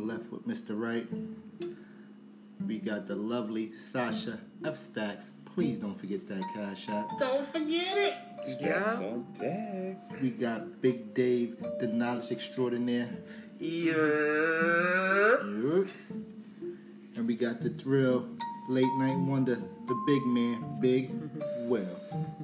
Mr. Wright. We got the lovely Sasha F. Stacks. Please don't forget that cash app. Don't forget it. Stacks Yeah. on deck. We got Big Dave, the knowledge extraordinaire. Yeah. Yep. And we got the thrill, late night wonder, the big man, Big Will.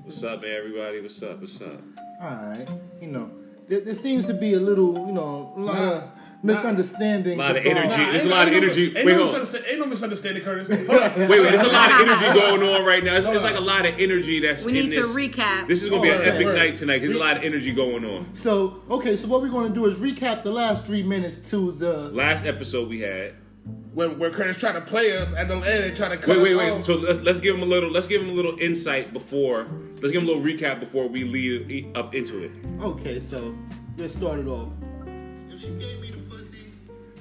What's up, everybody? What's up? What's up? Alright, you know, there, there seems to be a little, you know, a lot of misunderstanding. Lot of about- energy. There's a Ain't no- lot of ain't no- energy. Ain't Wait, no hold on. misundersta- ain't no misunderstanding, Curtis. Hold on. Wait, wait. There's a lot of energy going on right now. It's, it's like a lot of energy that's We in need to this. recap. This is gonna be an Oh, epic word. night tonight. There's a lot of energy going on. So, okay, so what we're going to do is recap the last three minutes to the. Last episode we had. When, when Curtis tried to play us at the end and try to cut Wait, us wait, wait. off. So let's let's give him a little. Let's give him a little insight before. Let's give him a little recap before we lead e- up into it. Okay, so let's start it off. If she gave me the pussy,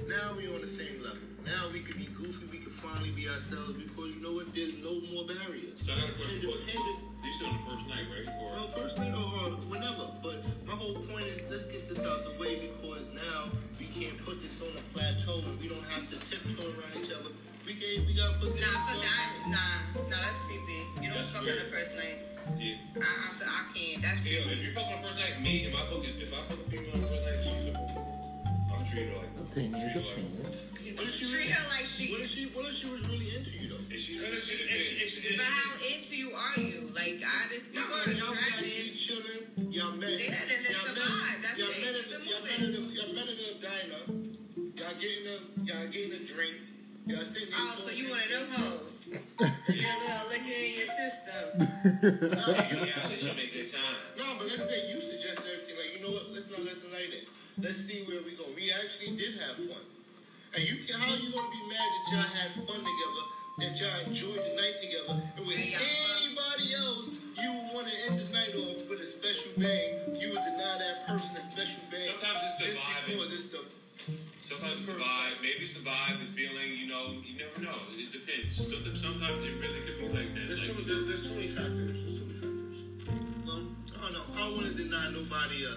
now we on the same level. Now we can be goofy, we can finally be ourselves because you know what? There's no more barriers. So I got a question for you. Independent. You said on the first night, right? Or Well, first thing or uh, whenever, but my whole point is let's get this out the way because now we can't put this on a plateau and we don't have to tiptoe around each other. We gave, we got pussy. Nah, for that, nah, nah, that's creepy. You don't That's fuck on weird. the first night. yeah. I, I, I can't. That's Hell, if creepy. you fuck on the first night, me, if I fuck a- if I fuck a female on the first night, she's a I'm treating her like Opinion is treat her opinion. like What if she Treat really, her like she. what if she, what if she was really into you though? if she But if she if she how into you are you? Like, I just Y'all people are got two attracted. children. Y'all met. Yeah, then it's y'all the met- vibe. That's y'all it. met It's at the the- Y'all met at the- y'all met at the diner. Y'all getting a y'all getting a drink. Y'all sitting there. Oh, so talking. you one of them hoes. You're a little liquor in your system. yeah, yeah, at least you make good time. No, but let's say you suggested everything. Like, you know what? Let's not let the light in. Let's see where we go. We actually did have fun. And you, can- how you gonna be mad that y'all had fun together? That y'all enjoyed the night together? And with Yeah. anybody else, you would want to end the night off with a special bang. You would deny that person a special bang. Sometimes it's the just vibe. Because it's the Sometimes it's the vibe, maybe it's the vibe, the feeling, you know, you never know. It depends. Sometimes sometimes it really could be like that. There's Like, too, there's, there's too many factors. There's too many factors. Um, I don't know. I don't want to deny nobody a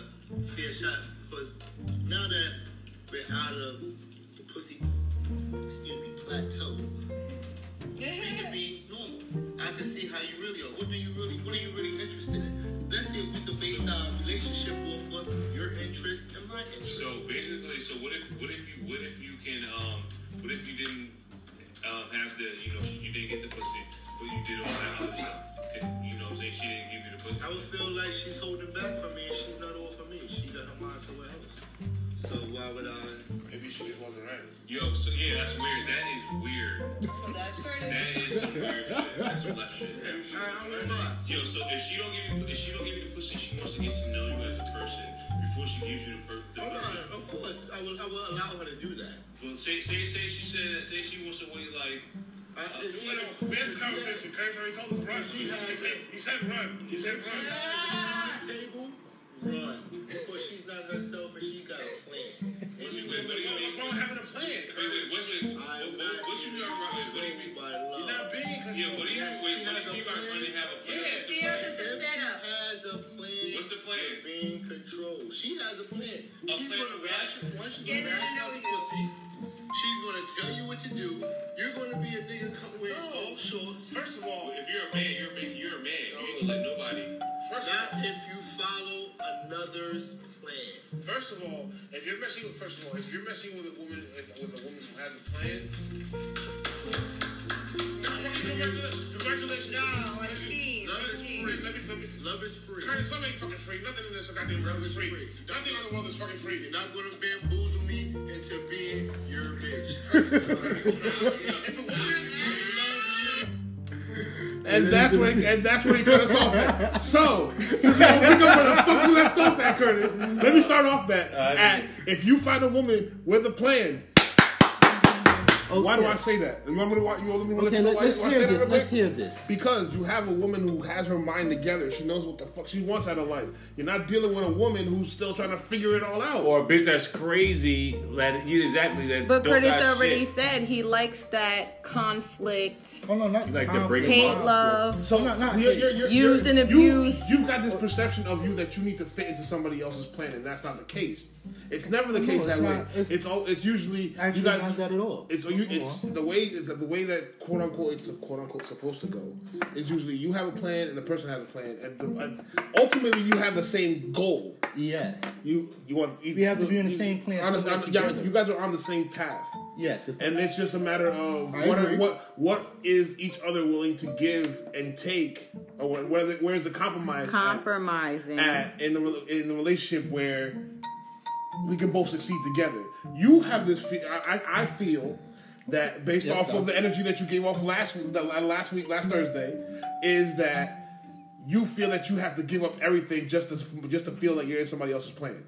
fair shot because now that we're out of the pussy, excuse me, plateau, we can be normal. I can see how you really are. What do you really? What are you really interested in? Let's see if we can base our relationship off of your interest and my interest. So basically, so what if what if you what if you can um what if you didn't um, have the you know you didn't get the pussy but you did all that other stuff? Could, you know what I'm saying? She didn't give you the pussy. I would feel like she's holding back from me and she's not all for me. She got her mind somewhere else. So why would I? Maybe she just wasn't ready. Yo, so yeah, that's weird. That is weird. That's That Curtis. is some weird shit. That's some left shit. I, I don't know. Yo, so if she don't give you if she don't give you the pussy, she wants to get to know you as a person before she gives you the, per- the Hold on. pussy. Of course, I will. I will allow her to do that. Well, say say say she said say she wants to wait like I, if she- We had this conversation. Curtis already told us run. He said, he said run. He said run. table, run. Because she's not herself and she got a plan. And wait you wait what do you mean? What's wrong with having a plan? Wait wait what's wait what I'm what, not what you got right? What do you mean? controlled by love. You're not being controlled. Yeah, what do you Yeah, wait? she What has do you a mean? plan. Really have a plan? Yeah. What's the Feels plan? it's a If she setup. has a plan. What's the plan? Being controlled. She has a plan. she's plan gonna for ration. Once she's Get gonna her ration to out know the you. pussy. She's gonna tell you what to do. You're gonna be a nigga come with all shorts. First of all, If you're a man, you're a man. You're a man. You ain't gonna let nobody. first of Not all, if you follow another's plan. first of all, if you're messing with first of all, if you're messing with a woman with, with a woman who has a plan. Congratulations! Congratulations! No, it's key. Let It's me, key. let me, let me. Love is free. Curtis, love ain't fucking free. Nothing in this goddamn world is free. Nothing on the world is fucking free. You're not gonna bamboozle me into being your bitch. If a woman And that's where and that's where he cut us off at. So, since we gonna pick up where the fuck we left off at, Curtis. Let me start off that. At, if you find a woman with a plan, Why do Okay. I say that? Remember why you want me to let Okay, you know let, why, us why I hear say that this. real Let's quick? hear this. Because you have a woman who has her mind together. She knows what the fuck she wants out of life. You're not dealing with a woman who's still trying to figure it all out. Or a bitch that's crazy. That you exactly that. But don't Curtis got already shit. said he likes that conflict, Hold on, not You like to bring hate, Wow. love. So not not You're- you're- you're- Used you're- and you- abused. You've got this perception of you that you need to fit into somebody else's plan, and that's not the case. It's never the case it's that not. way. It's- It's, all. It's usually actually you guys not that at all. It's you, Come it's on. the way the, the way that quote unquote it's quote unquote supposed to go is usually you have a plan and the person has a plan, and, the, and ultimately you have the same goal. Yes, You you want We have to be on the same plan, on the- somewhere on the- yeah, together. you guys are on the same path. yes. If, And it's just a matter of I what agree. are, what what is each other willing to give and take, or wh- whether where's the compromise at- compromising. at, in the rel- in the relationship where we can both succeed together. You have this. Fe- I, I I feel that based Yes, off sir. of the energy that you gave off last week, the, last week, last Thursday, is that you feel that you have to give up everything just to just to feel like you're in somebody else's plan.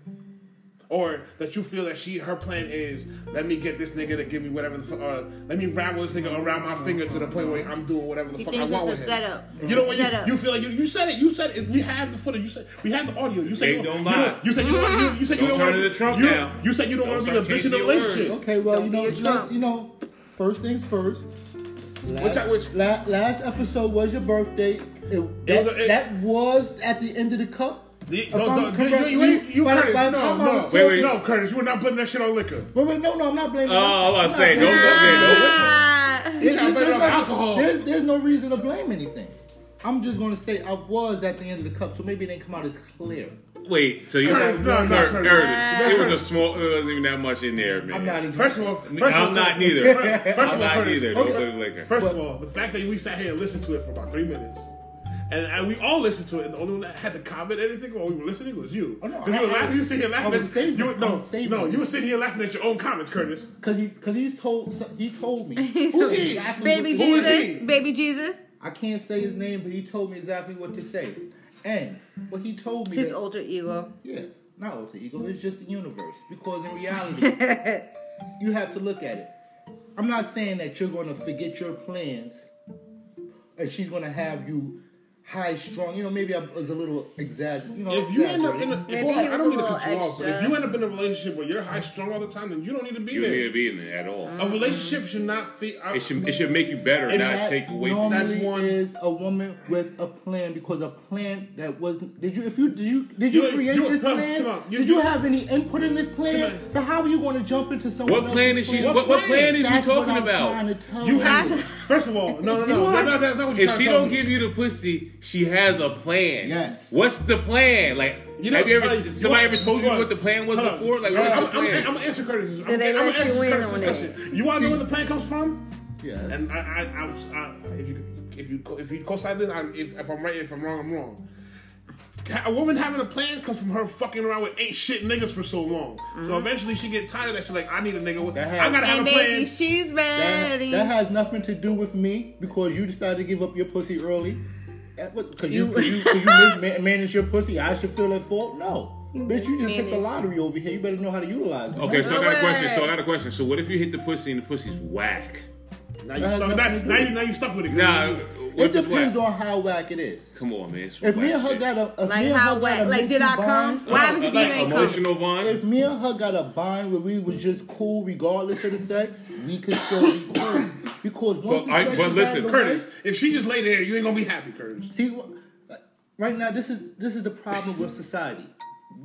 Or that you feel that she her plan is let me get this nigga to give me whatever the fuck, or let me wrap this nigga around my finger to the point where I'm doing whatever the He fuck I thinks want it's a with him. setup. It's you know a what? You, setup. you feel like you, you said it. You said it. We have the footage. You said we have the audio. You said They you don't you lie. You said you don't. You, you said you don't Don't turn want into Trump you, now. You said you don't, Don't want to start be the bitch in the changing your words. relationship. okay, well you Don't know, be a let's, Trump. you know, first things first. Which I- which- la- last episode was your birthday. It, that, was a- it- that was at the end of the cup. The- If no, I'm no, you, correct- you, you, you by the- Curtis, by the no, time I was no, told- Wait, wait. no, Curtis, you were not blaming that shit on liquor. Wait, wait, no, no, I'm not blaming. Oh, I was about to I'm not say, blaming- don't- okay, don't- Ah. There's- trying to blame there's it no- on alcohol. There's, there's no reason to blame anything. I'm just gonna say I was at the end of the cup, so maybe it didn't come out as clear. Wait, so you Curtis, no, no, Cur- Curtis. Curtis, It was a small. It wasn't even that much in there, man. I'm not even. First of all, first of all, I'm not neither. First I'm of all, not Curtis, neither. Don't blame liquor. First of all, the fact that we sat here and listened to it for about three minutes. And, and we all listened to it. And the only one that had to comment anything while we were listening was you. Oh, no, Because you were I- I- laughing. You were sitting here laughing. I was at, saving- you were, no, I'm saving no, you were this. sitting here laughing at your own comments, Curtis. Cause he, cause he's told, so- he told me. Who's he? Baby what to say. Jesus, baby Jesus, I can't say his name, but he told me exactly what to say, and what he told me. his that- older ego. Yes, not alter ego. It's just the universe. Because in reality, you have to look at it. I'm not saying that you're going to forget your plans, and she's going to have you high strung. You know, maybe I was a little exaggerating. You know, If you end up in a, if, Oh, Maybe well, he I don't was mean a to cut you little off, but if extra. you end up in a relationship where you're high strung all the time, then you don't need to be You don't there. need to be in it at all. A relationship should not feel. I- It should it should make you better, It's not that take away from. normally That's one- is a woman with a plan because a plan that wasn't. Did you? If you did you did you, You- create you- this huh, plan? come on, you- did you, you- have any input in this plan? Come on. So how are you going to jump into someone? What else's plan is she- what- what plan is you That's talking what I'm about? trying to tell You have That's- first of all, no, no, no, no, no, that's not what you're If trying she to tell don't me. give you the pussy, she has a plan. Yes. What's the plan? Like, You know, have you ever uh, somebody want- ever told you hold on. what the plan was Hold on. before? Like, Hold what is on, the I'm, I'm, plan? I'm gonna answer Curtis. Did they let you in on it? You want to know where the plan comes from? Yes. And I, I, I, was- I if you if you co- if you co-sign this, I, if, if I'm right, if I'm wrong, I'm wrong. Ca- A woman having a plan comes from her fucking around with ain't shit niggas for so long. So eventually she get tired of that. She like, I need a nigga. With, Mm-hmm. That I gotta have And a baby, plan. she's That, ready. that has nothing to do with me because you decided to give up your pussy early. That what? Cause you, You- cause you, cause you misman- manage your pussy. I should feel at fault. No, You bitch, you just hit the mismanaged. lottery over here. You better know how to utilize it. Okay, so I got a No question. So I way. got a question. So what if you hit the pussy and the pussy's whack? Now you That has stuck. Now, nothing to now do. you now you stuck with it. Nah, it what if it's depends whack? on how whack it is. Come on, man. it's If whack me and her shit. got a, if me like and how her wet? got a Like, did I mental come? bond- Why happens if you Like, ain't come? emotional vine? If me and her got a bond where we was just cool regardless of the sex, we could still be cool. Because once But the I- sex but is listen, out of the Curtis, way- if she just lay there, you ain't gonna be happy, Curtis. See, wh- right now, this is this is the problem with society.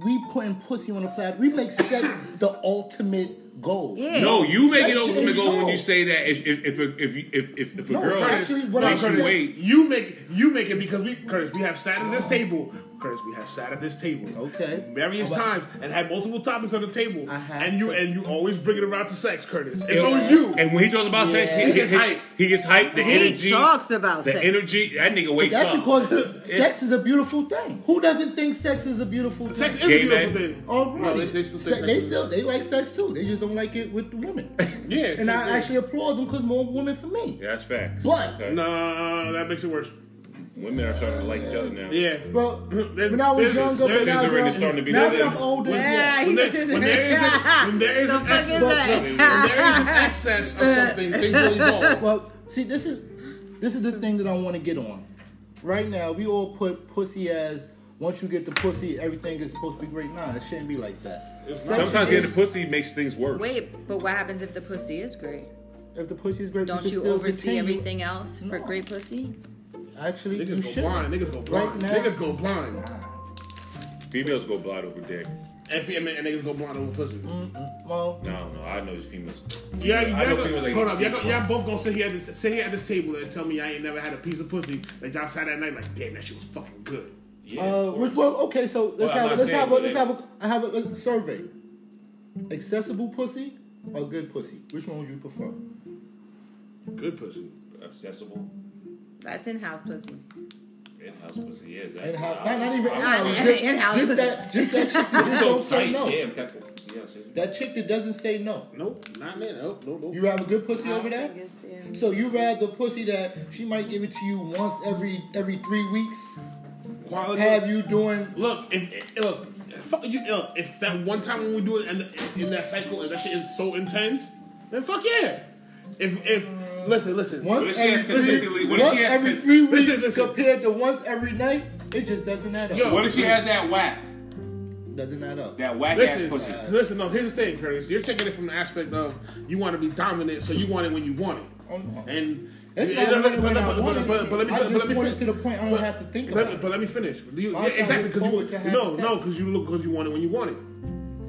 We putting pussy on a platter. We make sex the ultimate goal. Yeah. No, you make That it shit ultimate is goal when wrong. you say that. If if if a- if you- if if, if a No, girl actually, what makes I you said- wait, You make you make it because we Curtis, we have sat at this table. Curtis, we have sat at this table. Okay. Various How about- times and had multiple topics on the table. I have And you to- and you always bring it around to sex, Curtis. It's always you. and when he talks about sex, Yeah. he, gets hyped. He gets hyped. The He energy talks about the sex. energy. That nigga wakes That's up. because It's- sex is a beautiful thing. Who doesn't think sex is a beautiful thing? Sex is a Gay beautiful men. thing. Alrighty. No, they- they still say Se- sex Oh, they is- still- they like sex too. They just don't like it with the women. Yeah, and I yeah. actually applaud them because more women for me. Yeah, that's facts. But- Okay. Nah, that makes it worse. Women are starting to like each other now. Yeah. Well, There's- when I was there's- younger, there's- when I Scissoring was is starting to be now the that I'm thing. older, Yeah, When he there- says when there is a- when there is The an fuck is excess- that? when there is an excess of something, things will evolve. Well, see, this is this is the thing that I want to get on. Right now, we all put pussy as once you get the pussy, everything is supposed to be great. Nah, it shouldn't be like that. Sometimes getting the pussy makes things worse. Wait, but what happens if the pussy is great? If the pussy is great, Don't can you still oversee continue. everything else for No. great pussy? Actually, you Niggas go should. blind. Niggas go blind. Right now- Niggas go blind. Females go blind over dick. And, fe- E and niggas go blind over pussy. Well, No, no, I know these females. Yeah, I y'all, know go- people like- hold up. Y'all, go- y'all both gonna sit here, at this, sit here at this table and tell me I ain't never had a piece of pussy that y'all sat at night like, damn, that shit was fucking good. Yeah, uh, of course. which well, okay. So Well, let's I'm have not let's saying have a, what let's they- have a, I have a, a survey. Accessible pussy or good pussy? Which one would you prefer? Good pussy. accessible That's in-house pussy. in-house pussy. Yeah, exactly. And how? Not, not even Nah, in-house. in- in-house Just pussy. that. Just that. Chick that It's just so don't say tight. no. Yeah, I'm kind of, yeah, see? That chick that doesn't say no. Nope, not me. Nope, nope, nope. You have a good pussy over I there. think it's in- So you rather pussy that she might give it to you once every every three weeks? Quality. Have you doing? Look, if, if- look, fuck you. Look, if that one time when we do it and in that cycle and that shit is so intense, then fuck yeah. If if listen, listen, Once What if she every, has consistently- what if once she has every con- three weeks Listen, listen. compared to once every night, it just doesn't add up. Yo. What if she has that whack? Doesn't add up. That whack ass listen, pussy. listen. No, here's the thing, Curtis. You're taking it from the aspect of you want to be dominant, so you want it when you want it, Oh, no. and. It's Yeah, not but- really but- when I but- but- want it. but- but let me- I but let just me want it fin- to the point I don't but- have to think let about me- it. But let me finish. You- Why yeah, should I exactly look because you forward to having no, no, sex? because you look because you want it when you want it.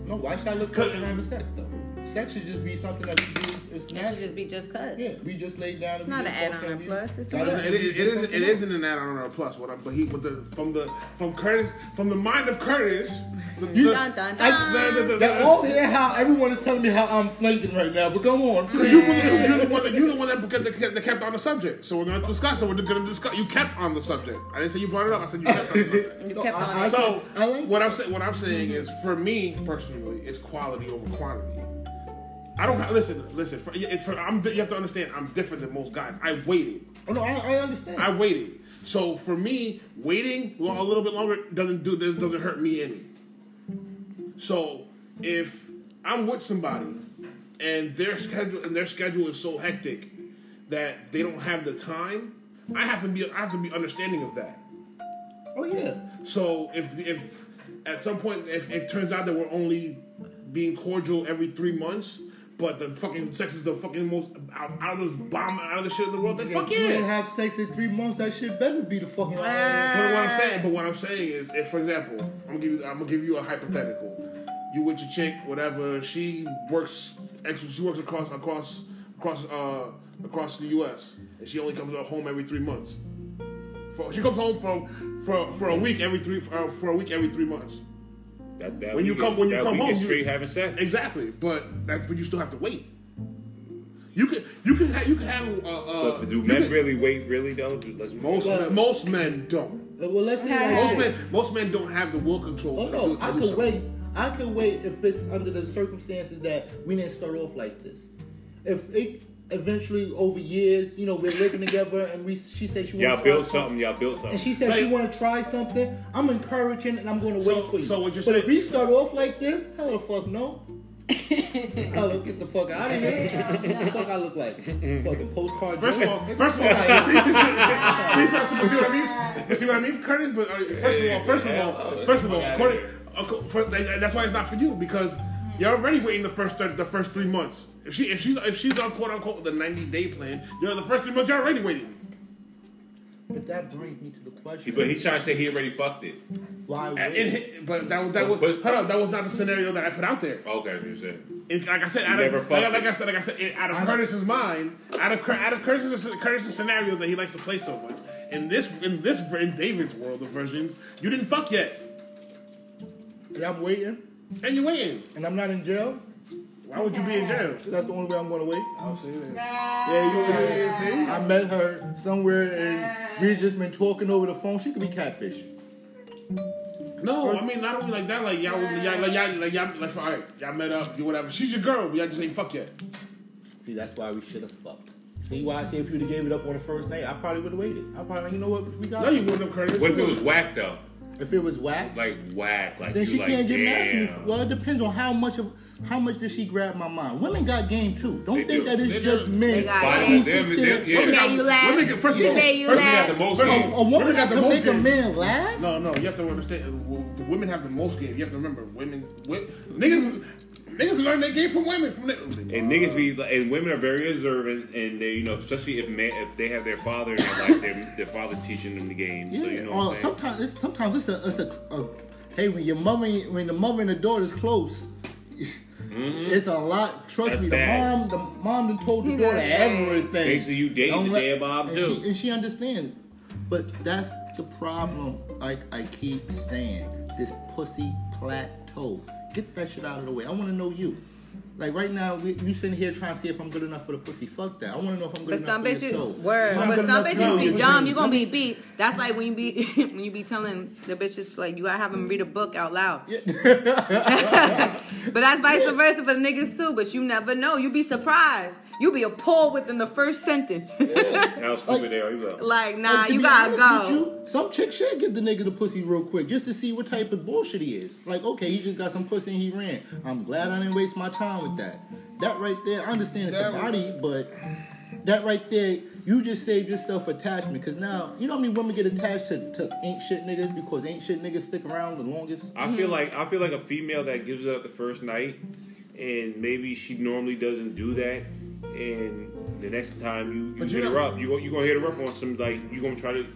No, why should I look Cut. forward to having sex though? Sex should just be something that we do. It's It should natural. just be just cut. Yeah, we just laid down. It's not an add-on, a plus, it's a plus. It, it, it isn't. It isn't an add-on or a plus. What I'm, but he, but the from the from Curtis, from the mind of Curtis, the, the, Dun, dun, I- dun. the, the, the, They're all here how everyone is telling me how I'm flanking right now, but go on. Because you, because you're the one that you're the one that kept, that kept- that kept on the subject. So we're gonna discuss it. We're gonna discuss. You kept on the subject. I didn't say you brought it up. I said you kept on the subject. You kept I- on I- it. So I like what I'm saying, what I'm saying is, for me personally, it's quality over quantity. I don't listen. Listen. For, it's for, I'm, you have to understand. I'm different than most guys. I waited. Oh, no, I, I understand. I waited. So for me, waiting lo- a little bit longer doesn't do this doesn't hurt me any. So if I'm with somebody and their schedule and their schedule is so hectic that they don't have the time, I have to be I have to be understanding of that. oh yeah. So if if at some point if it turns out that we're only being cordial every three months, but the fucking sex is the fucking most out, out of this bomb out of the shit in the world, then fuck if you yeah. didn't have sex in three months, that shit better be the fucking. But what I'm saying, but what I'm saying is, if for example, I'm gonna give you, I'm gonna give you a hypothetical. You with your chick, whatever. She works, ex- she works across across across uh across the U.S. and she only comes home every three months. For, she comes home for for for a week every three for, for a week every three months. That, that When you we come get- when you that come we home, get you- straight having sex. Exactly, but that but you still have to wait. You can you can have you can have uh, uh But do you men can- really wait? Really though? Let's most men, most men don't. Well, let's see. what Most happens. men, most men don't have the will control. Oh to do- no, to I do could wait. something. I could wait if it's under the circumstances that we didn't start off like this. If it eventually over years, you know, we're living together, and we she said she Y'all wanna built try something. Y'all built and something. she said she Like- want to try something. I'm encouraging, and I'm going to So- wait for you. so what you're but if saying- we start off like this, hell the fuck no. Hello, get the fuck out of here. the fuck I look like? Fucking postcard. First of Joe? all, first of all, see, see, see, see, see, see what I mean? You See what I mean, Curtis? But uh, first of all, first of all, first of all, Oh, Yeah. according, acco- first, that- that's why it's not for you because you're already waiting the first thir- the first three months. If she if she's if she's on quote unquote the ninety day plan, you know the first three months you're already waiting. But that brings me to the He- question. But he's trying to say he already fucked it. why would And it, hit- but that was that was But- hold up, that was not the scenario that I put out there. Okay, you said. It, like I said, out never of, fucked like, like it. I said, like I said, it, out of I know. Curtis's mind, out of Cur- out of Curtis's Curtis's scenarios that he likes to play so much. In this in this in David's world of versions, you didn't fuck yet, and I'm waiting and you're waiting. and I'm not in jail? Why would you be in jail? That's the only way I'm going to wait. I'll see you there. Yeah, you I met her somewhere and we just been talking over the phone. She could be catfishing. No, I mean not only like that, like y'all, y'all like y'all, like y'all, like all right, y'all met up, you whatever. She's your girl, but y'all just ain't fuck yet. See, that's why we should have fucked. See why I say if you'd have gave it up on the first night, I probably would have waited. I probably like, you know what we got. No, you wouldn't have, Curtis. What if it was whack though? if it was whack, Like whack, like then you she like can't get damn. mad at me. Well, it depends on how much of how much did she grab my mind. Women got game too. Don't They think do. that it's They do. just men. They got who game. sit Them- them- there- yeah. She made you laugh. Women get- first of she all- made you first of all, laugh. Got the most First of game. all, A woman Women got got the to most make a game. man laugh. No, no, you have to understand. well, The women have the most game. You have to remember, women, wi- niggas, niggas learn their game from women. From the, And niggas be like, and women are very observant, and they you know especially if man, if they have their father in their life, their, their father teaching them the game. Yeah. So you know or uh, what I'm saying. sometimes it's sometimes it's a it's a, a hey when your mother and- when the mother and the daughter is close. It's a lot. Trust Mm-hmm. That's me, bad. the mom, the mom, done told the He daughter does that. everything. Basically, you dating Don't the let- dead Bob, and too. She, and she understands, but that's the problem. Like I keep saying, this pussy plateau. Get that shit out of the way. I want to know you. Like right now, we, you sitting here trying to see if I'm good enough for the pussy. Fuck that. I want to know if I'm good But enough some for your toe. bitches, word. If I'm But good some enough- bitches No, be but dumb. see, You gonna be beat. That's like when you be when you be telling the bitches like you gotta have them read a book out loud. but that's vice versa for the niggas too. But you never know. You be surprised. You be appalled within the first sentence. How stupid they are. You go. like nah, Like, to you be gotta honest go. with you, some chick should give the nigga the pussy real quick just to see what type of bullshit he is. Like, okay, he just got some pussy and he ran. I'm glad I didn't waste my time with that. That right there, I understand it's a That- body, but that right there, you just saved yourself attachment. Because now, you know how many women get attached to, to ain't shit niggas because ain't shit niggas stick around the longest? I feel like I feel like a female that gives it up the first night, and maybe she normally doesn't do that, and the next time you, you But you hit her don't- up, you go- you gonna hit her up on some like you gonna try to you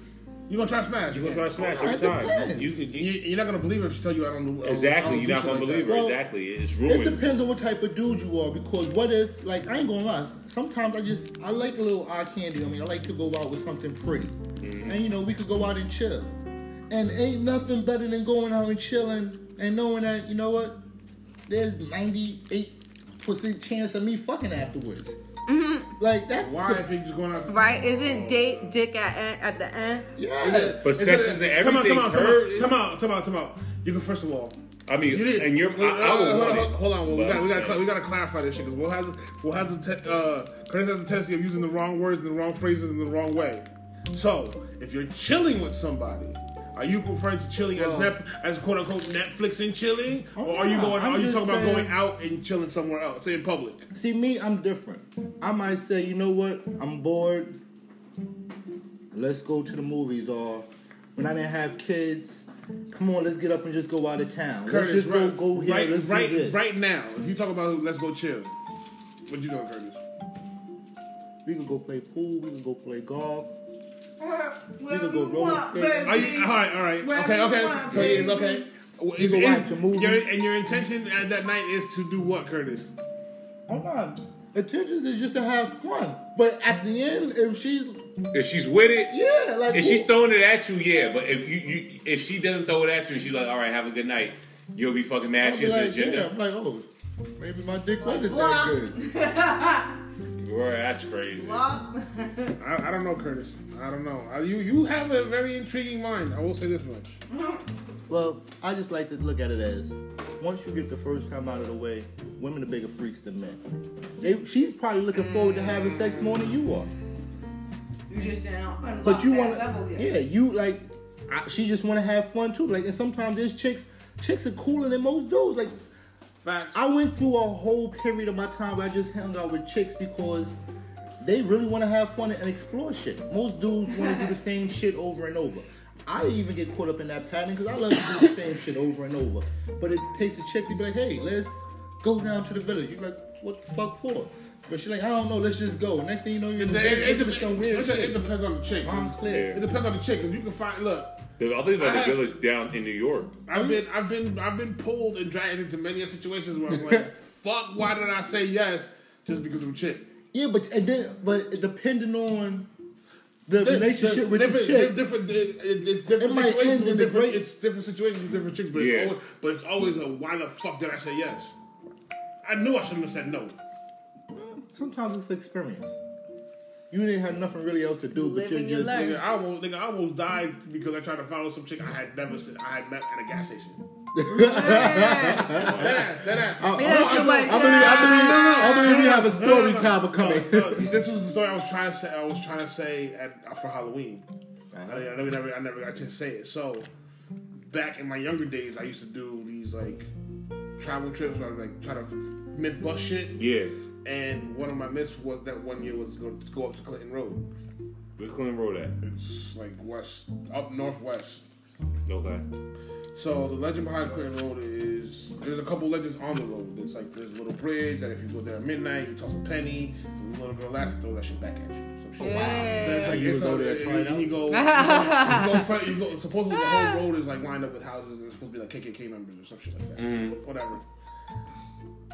you gonna try to smash? You gonna try to smash every It time. depends. You, you, You, you're not gonna believe her if she tell you I don't. do- I don't- I exactly, don't you're do not shit gonna like believe that. her. Well, Exactly, it's It ruined. depends on what type of dude you are, because what if, like, I ain't gonna lie. Sometimes I just I like a little eye candy. I mean, I like to go out with something pretty, Mm-hmm. and you know we could go out and chill. And ain't nothing better than going out and chilling and knowing that you know what, there's ninety eight percent chance of me fucking afterwards. Like that's Why the- if you just going out? Right? Isn't date dick at en- at the end? yes. But sex Is isn't it- everything. Come on, come Curve on, is- come on, come on, come on. You can first of all. I mean, You did. and you're. I, Uh, I would hold, want on, it, hold on. Well, we but got we I'm got cla- saying- we got to clarify this shit because we'll have we'll have the te- uh, Curtis has a tendency of using the wrong words and the wrong phrases in the wrong way. So if you're chilling with somebody, are you referring to chilling as Well- Netf- as quote unquote Netflix and chilling, or are you Yeah, going? I'm are you just talking about saying- going out and chilling somewhere else in public? See me, I'm different. I might say, you know what, I'm bored. Let's go to the movies or when I didn't have kids, come on, let's get up and just go out of town. Curtis, let's just right, go, go here. right, let's do right, this. right now. If you talk about let's go chill, what you doing, Curtis? We can go play pool, we can go play golf. Where go roller skating. Are you, all right, all right, Wherever okay, you okay. want, so baby. it's okay. Is, go is, watch a movie. your, and your intention at that night is to do what, Curtis? I'm not. Intentions is just to have fun. But at the end, if she's If she's with it, yeah, like If she's who- throwing it at you, yeah. But if you, you if she doesn't throw it at you, she's like, all right, have a good night. You'll be fucking mad. I'll She be has an like, yeah, agenda. I'm like, oh, maybe my dick wasn't Well- that good. Boy, that's crazy. I, I don't know, Curtis. I don't know. Uh, You you have a very intriguing mind. I will say this much. Well, I just like to look at it as once you get the first time out of the way, women are bigger freaks than men. They, she's probably looking forward to having sex more than you are. You just didn't unlock But you that want level to, yet. yeah, you like, I, she just want to have fun too. Like, and sometimes there's chicks, chicks are cooler than most dudes. Like, Facts. I went through a whole period of my time where I just hung out with chicks because they really want to have fun and explore shit. Most dudes want to do the same shit over and over. I even get caught up in that pattern because I love to do the same shit over and over. But it takes a chick to be like, hey, let's go down to the village. You're like, what the fuck for? But she's like, I don't know, let's just go. Next thing you know, you're in It, the it, village it, with some weird it- it shit. depends on the chick. I'm It clear. depends on the chick. If you can find, look, The other thing about I- the village down in New York, I've been I've been I've been pulled and dragged into many situations where I'm like, fuck, why did I say yes just because of a chick? Yeah, but and then, but depending on the, Di- relationship di- with the different, chick, di- different, di- it- it's different It might situations end with in the different, great- it's different situations with different chicks, but Yeah. it's always, but it's always a why the fuck did I say yes? I knew I shouldn't have said no. sometimes it's experience. You didn't have nothing really else to do, but Live you and you just learn. Nigga, I almost, nigga, I almost died because I tried to follow some chick I had never seen, I had met at a gas station. Yeah. That ass, that ass. I, I, Yeah, I, too believe, much. I believe, I believe, I believe we have a story comma coming. No, this was the story I was trying to say. I was trying to say at, uh, for Halloween. I, I never, never, I never got a chance to say it. So, back in my younger days, I used to do these like travel trips where I like try to myth bus shit. Yeah. And one of my myths was that one year was going to go up to Clinton Road. Where's Clinton Road at? It's like west, up northwest. Okay. So the legend behind Clinton Road is there's a couple legends on the road. It's like there's a little bridge that if you go there at midnight, you toss a penny, the little girl laughs, throw that shit back at you. Some shit. Yeah. That's like You it's would go go there and try it and you go, you go, you go, front, you go. Supposedly the whole road is like lined up with houses and it's supposed to be like KKK members or some shit like that. Mm-hmm. Whatever.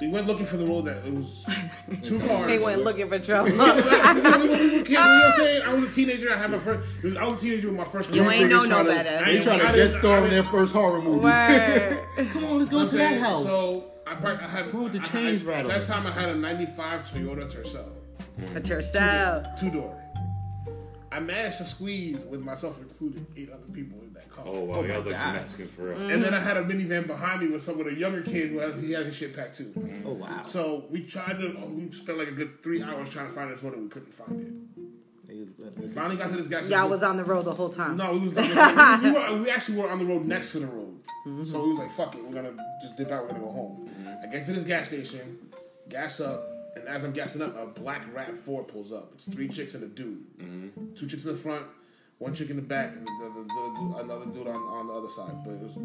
We went looking for the road that it was two cars. They went looking for trouble. When we were kids, you know what I'm saying? I was a teenager. I had my first. I was a teenager with my first. You ain't know no better. They trying to guest star in their first horror movie. Word. Come on, let's go to I'm that saying, house. So I, park, I had Who with the I- I- chains At rattle? that time, I had a '95 Toyota Tercel, But yourself. two door. I managed to squeeze with myself included eight other people in that car. Oh wow, y'all look some Mexicans for real. And Mm-hmm. then I had a minivan behind me with some with a younger kid who had, he had his shit packed too. oh wow, So we tried to we spent like a good three hours trying to find this one and we couldn't find it. Finally got to this guy's. Y'all was on the road the whole time. No, we was. we, were, we actually were on the road next to the road, so we was like, "Fuck it, we're gonna just dip out. We're gonna go home." I get to this gas station, gas up, and as I'm gassing up, a black Rav Four pulls up. It's three chicks and a dude. Two chicks in the front, one chick in the back, and the, the, the, another dude on, on the other side. But it was,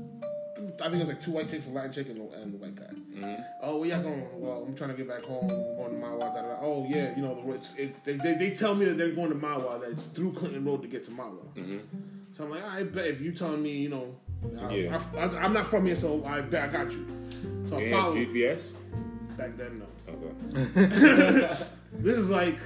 I think it was like two white chicks, a Latin chick, and a, and a white guy. Oh, where y'all going? Well, I'm trying to get back home. We're going to Mawa. Da, da, da. Oh, yeah, you know, the roads- it, they, they, they tell me that they're going to Mawa, that it's through Clinton Road to get to Mawa. So I'm like, I bet if you telling me, you know, I, Yeah. I, am not from here, so I bet I got you. So I They had follow GPS? back then. No, Okay. this is like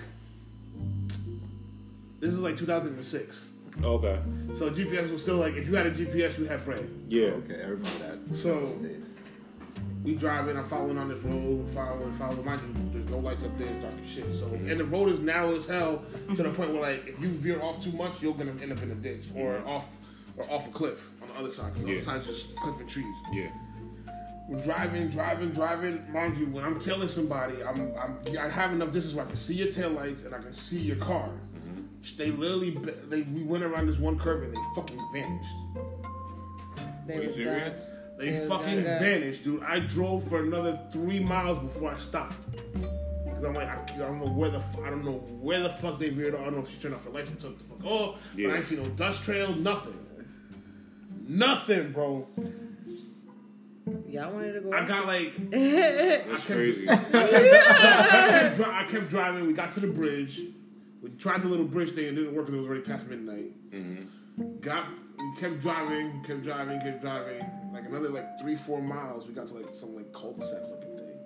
this is like 2006. Okay. So GPS was still like, if you had a GPS, you had bread. Yeah. Okay, I remember that. So we driving, I'm following on this road, following, following. Mind you, there's no lights up there, it's dark as shit. So Mm-hmm. and the road is narrow as hell to the point where like if you veer off too much, you're gonna end up in a ditch or off or off a cliff on the other side. 'cause the Mm-hmm. Yeah. other side's just cliff and trees. Yeah. We're driving, driving, driving. Mind you, when I'm tailing somebody, I'm, I'm I have enough distance where I can see your taillights and I can see your car. They literally b- they we went around this one curve and they fucking vanished. They Are you was serious? gone. They Yeah, fucking yeah. vanished, dude. I drove for another three miles before I stopped. Cause I'm like, I, I don't know where the f- I don't know where the fuck they veered. off. I don't know if she turned off her lights and took the fuck off. But I Yeah. ain't see no dust trail, nothing, nothing, bro. Y'all wanted to go. I got like That's crazy. kept dri- I kept driving. We got to the bridge. We tried the little bridge thing. It didn't work because it was already past midnight. Mm-hmm. Got we kept driving, kept driving, kept driving. Like another like three, four miles. We got to like some like cul-de-sac looking thing,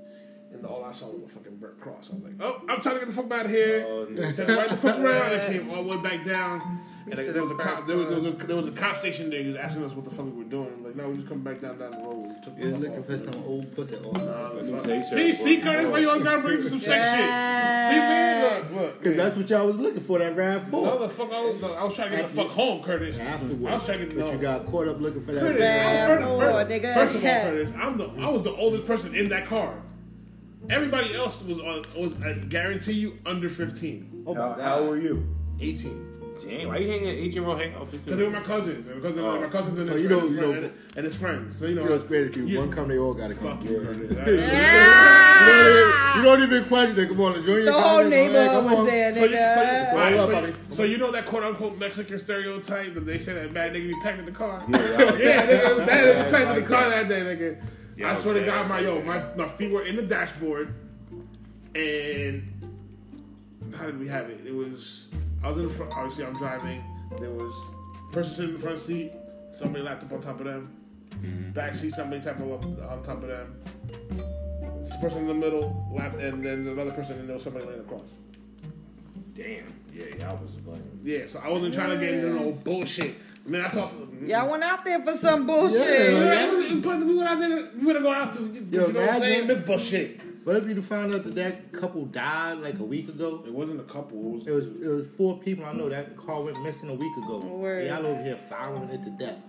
and all I saw was a fucking burnt cross. I was like, oh, I'm trying to get the fuck out of here. Oh, no. Turned right the fuck around. and came all the way back down. And like, there was a cop. There was, there, was a, there was a cop station there. He was asking us what the fuck we were doing. I'm like, no, we just come back down down the road. We took the You're fuck looking off. for some old pussy. Because They said- See, see, Curtis, why you always gotta bring some sex Yeah. shit? See, man, look, look. that's what y'all was looking for, that Rav 4. Motherfucker, I was, I was trying to get the fuck home, Curtis. Afterwards, I was trying to get but you got caught up looking for that Curtis, Rav. I'm first, Rambo, first, nigga. first of all, Curtis, I'm the, I was the oldest person in that car. Everybody else was, uh, was I guarantee you, under 15, Oh my God. are you? 18. Damn, why you hanging at 18 row hangout for Because they were my cousins. They were cousins my cousins and, So his you friends, know- you friend- know- and, and his friends. So, you know. You know, it's great if you Yeah. one come, they all got to come. Fuck you, Curtis. I- You don't even question it. Come on, enjoy your The whole time. Go ahead, neighborhood come on. was there, So you, so, nigga. so- alright, Roll up, so- buddy. so you know that quote unquote Mexican stereotype that they say that bad nigga be packed in the car? Yeah, y'all- nigga, that nigga was packed in the like car that that. day, nigga. I Y'all swear to bad. God, my yo, my, my feet were in the dashboard, and how did we have it? It was I was in the front. Obviously, I'm driving. There was a person sitting in the front seat, somebody laptop on top of them. Back seat, somebody tapping up on top of them. This person in the middle, lap, and then another person, and there was somebody laying across. Damn. Yeah, y'all was like. Yeah, so I wasn't trying to get into no bullshit. I mean, that's also. Y'all went out there for some bullshit. Yeah, Yeah, we- but we went out there. We would have gone out to. You know what I'm imagine- saying? Myth bullshit. What if you found out that that couple died like a week ago? It wasn't a couple. It was. It was it was four people I know that car went missing a week ago. Word. Y'all over here following it to death.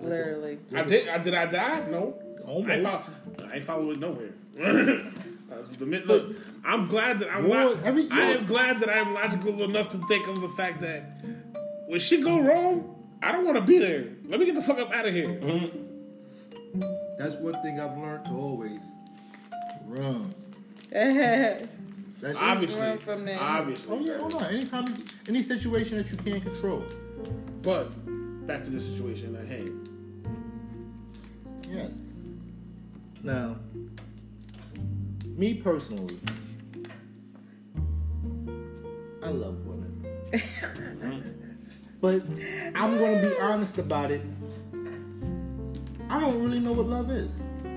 Literally. I did. I did. I die? No. I ain't, Almost. follow, I ain't follow it nowhere. Uh, the mid- Look, I'm glad that I'm. You're- lo- every- I you're- am glad that I'm logical enough to think of the fact that when shit go wrong, I don't want to be there. Let me get the fuck up out of here. Mm-hmm. That's one thing I've learned to always run. That's Obviously, Run from there. obviously. Oh yeah, hold on. Anytime, any situation that you can't control. But back to the situation at hand. Yes. Now, me personally, I love women. but I'm going to be honest about it. I don't really know what love is.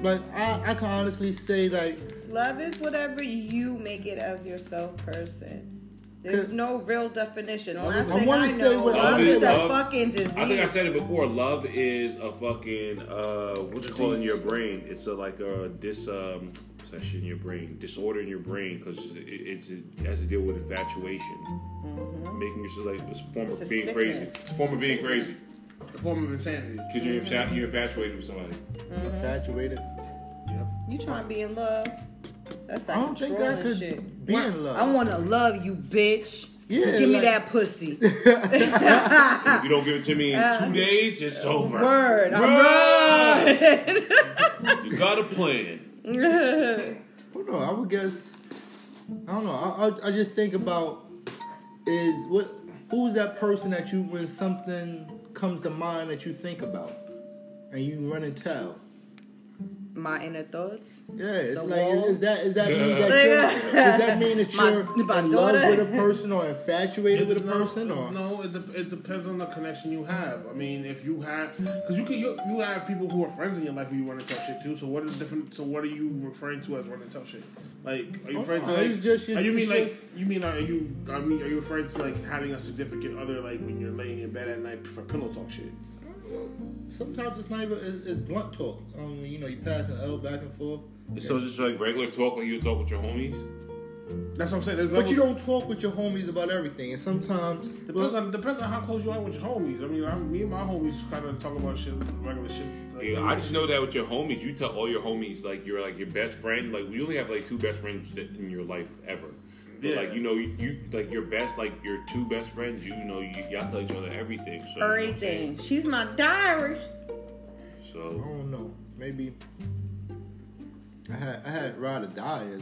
Like, I, I can honestly say, like, Love is whatever you make it as yourself, person. There's Cause- no real definition. The I last wanna thing I say know, what love love is is. a Love- fucking disease. I think I said it before. Love is a fucking uh, what you call it in your brain. It's a like a dis um, what's that shit in your brain disorder in your brain because it's it has to deal with infatuation, making yourself like this form It's a of being sickness. crazy, form of being crazy A form of insanity. because you're infatu- you're infatuated with somebody. infatuated. You trying to be in love? That's I like don't think I controlling could shit. be in love. I want to love you, bitch. Yeah, Give me like- that pussy. If you don't give it to me in two days, it's over. Word. I'm You got a plan. Hold on, I would guess. I don't know. I, I, I just think about is what who's that person that you when something comes to mind that you think about and you run and tell. My inner thoughts. Yeah, it's The like wall? is, is that is that mean that you're, does that mean that My- you're my in love daughter. with a person or infatuated with a person or No, it, de- it depends on the connection you have. I mean, if you have, because you can you, you have people who are friends in your life who you run and tell shit to. So what are the different? So what are you referring to as run and tell shit? Like, are you referring to Oh, like? it's just your- are you mean it's like? You mean are you? I mean, are you referring to like having a significant other like when you're laying in bed at night for pillow talk shit? sometimes it's not even it's, it's blunt talk. Um, you know, you pass an L back and forth, So just like regular talk, like you would talk with your homies. That's what I'm saying. There's but you levels- don't talk with your homies about everything. And sometimes Depends on depends on how close you are with your homies. I mean, I, me and my homies kind of talk about shit, regular shit. Like, Yeah, I just know that with your homies, you tell all your homies like you're like your best friend. Like we only have like two best friends that- in your life ever. But, Yeah. Like you know, you, you like your best, like your two best friends. You know, you, y'all tell each other everything. So, you know what I'm Everything. She's my diary. saying? I So don't know. Maybe I had I had ride or die as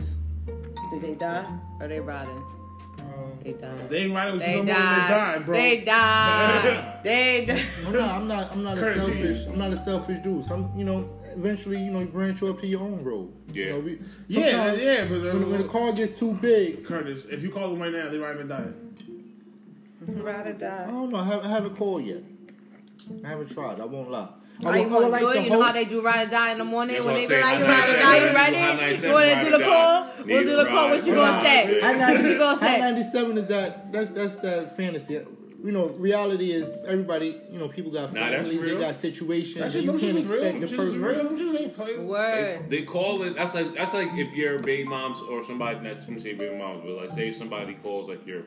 Did they die? Or they rotting? um, They died. They ain't riding with you They no more than they died, died. bro. They died. They died. I'm not Oh, I'm not I'm not a Crazy. selfish I'm not a selfish dude. Some you know eventually you know you branch off to your own road. You Yeah. know, we, yeah, sometimes yeah, but When, when the car gets too big, Curtis, if you call them right now, they ride and die. Ride or I die. don't know. I haven't, I haven't called yet. I haven't tried. I won't lie. Are would- you gonna would like do to it? You know how hope- they do ride or die in the morning That's when what I'm they saying. be like, you High ride or nine die, seven, you ready? high nine You seven, wanna ride do or the die. call? We'll Need do to the call. What ride you or gonna die. say? I What you gonna say? 97 is that that's that's that fantasy. You know, reality is everybody. You know, people got Nah, that's families, they real. got situations. That and shit, you them shit can't is real. expect Them the shit is person. real. Them shit ain't playing. Word. they call it. That's like that's like if your baby moms or somebody. Not to say baby moms, but like say somebody calls like your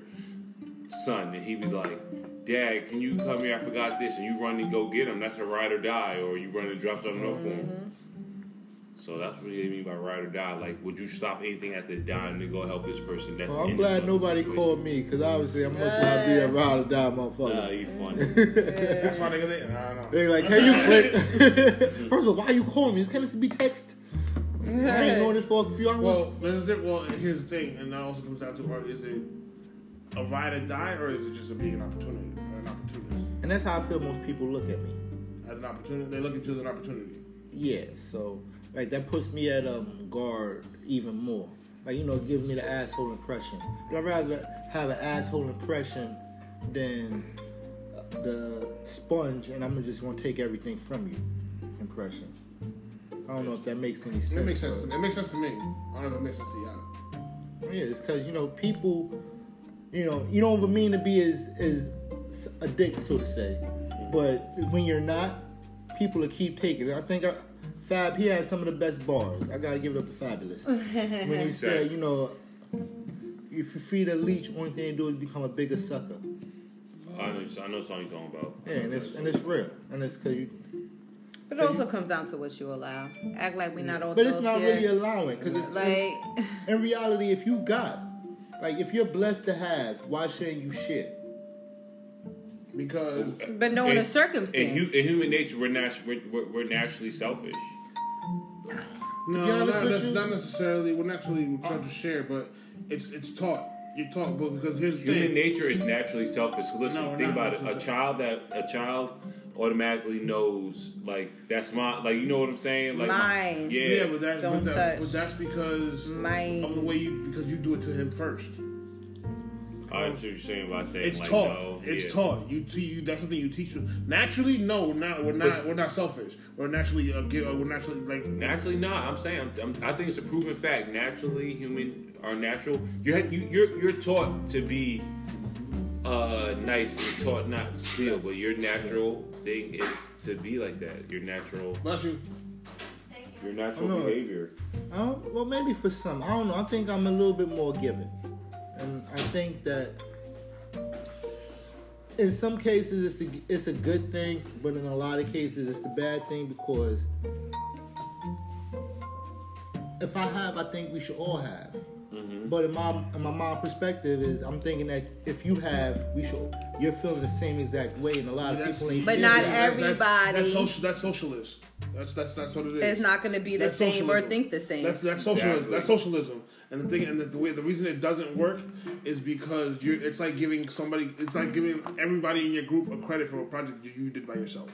son and he be like, "Dad, can you come here? I forgot this," and you run and go get him. That's a ride or die, or you run and drop something off for him. Mm-hmm. So that's what they mean by ride or die. Like, would you stop anything at the dime to go help this person? That's Well, in I'm the glad fucking nobody situation? called me because obviously I'm supposed to be a ride or die Nah, motherfucker. you funny. That's why niggas ain't. I don't know. They like, hey, you click. First of all, why are you calling me? It's kind of be text. I ain't knowing this for a few hours. Well, there's di- well, here's the thing, and that also comes down to: are, is it a ride or die, or is it just a being an opportunity, or an opportunist? and that's how I feel most people look at me. As an opportunity, they look at you as an opportunity. Yeah, so like that puts me at um guard even more. Like you know, it gives me the asshole impression. But I'd rather have an asshole impression than the sponge, and I'm just gonna take everything from you. Impression. I don't know if that makes any sense. It makes sense. but- To me. It makes sense to me. I don't know if it makes sense to y'all. yeah, it's because you know people, you know, you don't even mean to be as as a dick, so to say, but when you're not, people will keep taking it. I think I, Fab he has some of the best bars. I gotta give it up to Fabulous when he said, you know, if you feed a leech, only thing you do is become a bigger sucker. I know, I know something you're talking about. Yeah, and it's and it's real, and it's because you But it also comes down to what you allow. Act like we're not all But it's adults not here. really allowing because it's like in reality, if you got, like, if you're blessed to have, why shouldn't you share? because but knowing the And- In, hu- circumstance. in human nature, we're, natu- we're, we're, we're naturally selfish. No, be honest not, with that's you- not necessarily. We're naturally we try to share, but it's it's taught. You taught, but because here's the Human thing. nature is naturally selfish. Listen, No, we're think not about it. A naturally child that a child automatically knows, like that's my, like you know what I'm saying, like Mine. Yeah, yeah, but that's Don't but, that, touch. but that's because Mine. of the way you because you do it to him first. I see what you're saying by saying It's like, taught. no, it's yeah. taught. You, te- you that's something you teach you naturally. No, we're not. We're not. We're not selfish. We're naturally. Uh, give, uh, we're naturally like. Naturally, not. I'm saying I'm, I'm, I think it's a proven fact. Naturally, human are natural. You're you, you're you're taught to be uh, nice. You're taught not to steal, but your natural thing is to be like that. Your natural Bless you. your natural I know. behavior. I don't, Oh, well, maybe for some. I don't know. I think I'm a little bit more giving. And I think that in some cases it's a, it's a good thing, but in a lot of cases it's a bad thing because if I have, I think we should all have. But in my in my mom perspective is I'm thinking that if you have, we should you're feeling the same exact way, and a lot of That's- people ain't. But feeling not that. That- everybody. That's, that's, social, that's socialist. That's that's that's what it is. It's not going to be the That's same or socialism. think the same. That's, that's socialism. Exactly. That's socialism. And the thing, and the, the way, the reason it doesn't work is because you're. It's like giving somebody. It's like giving everybody in your group a credit for a project that you did by yourself.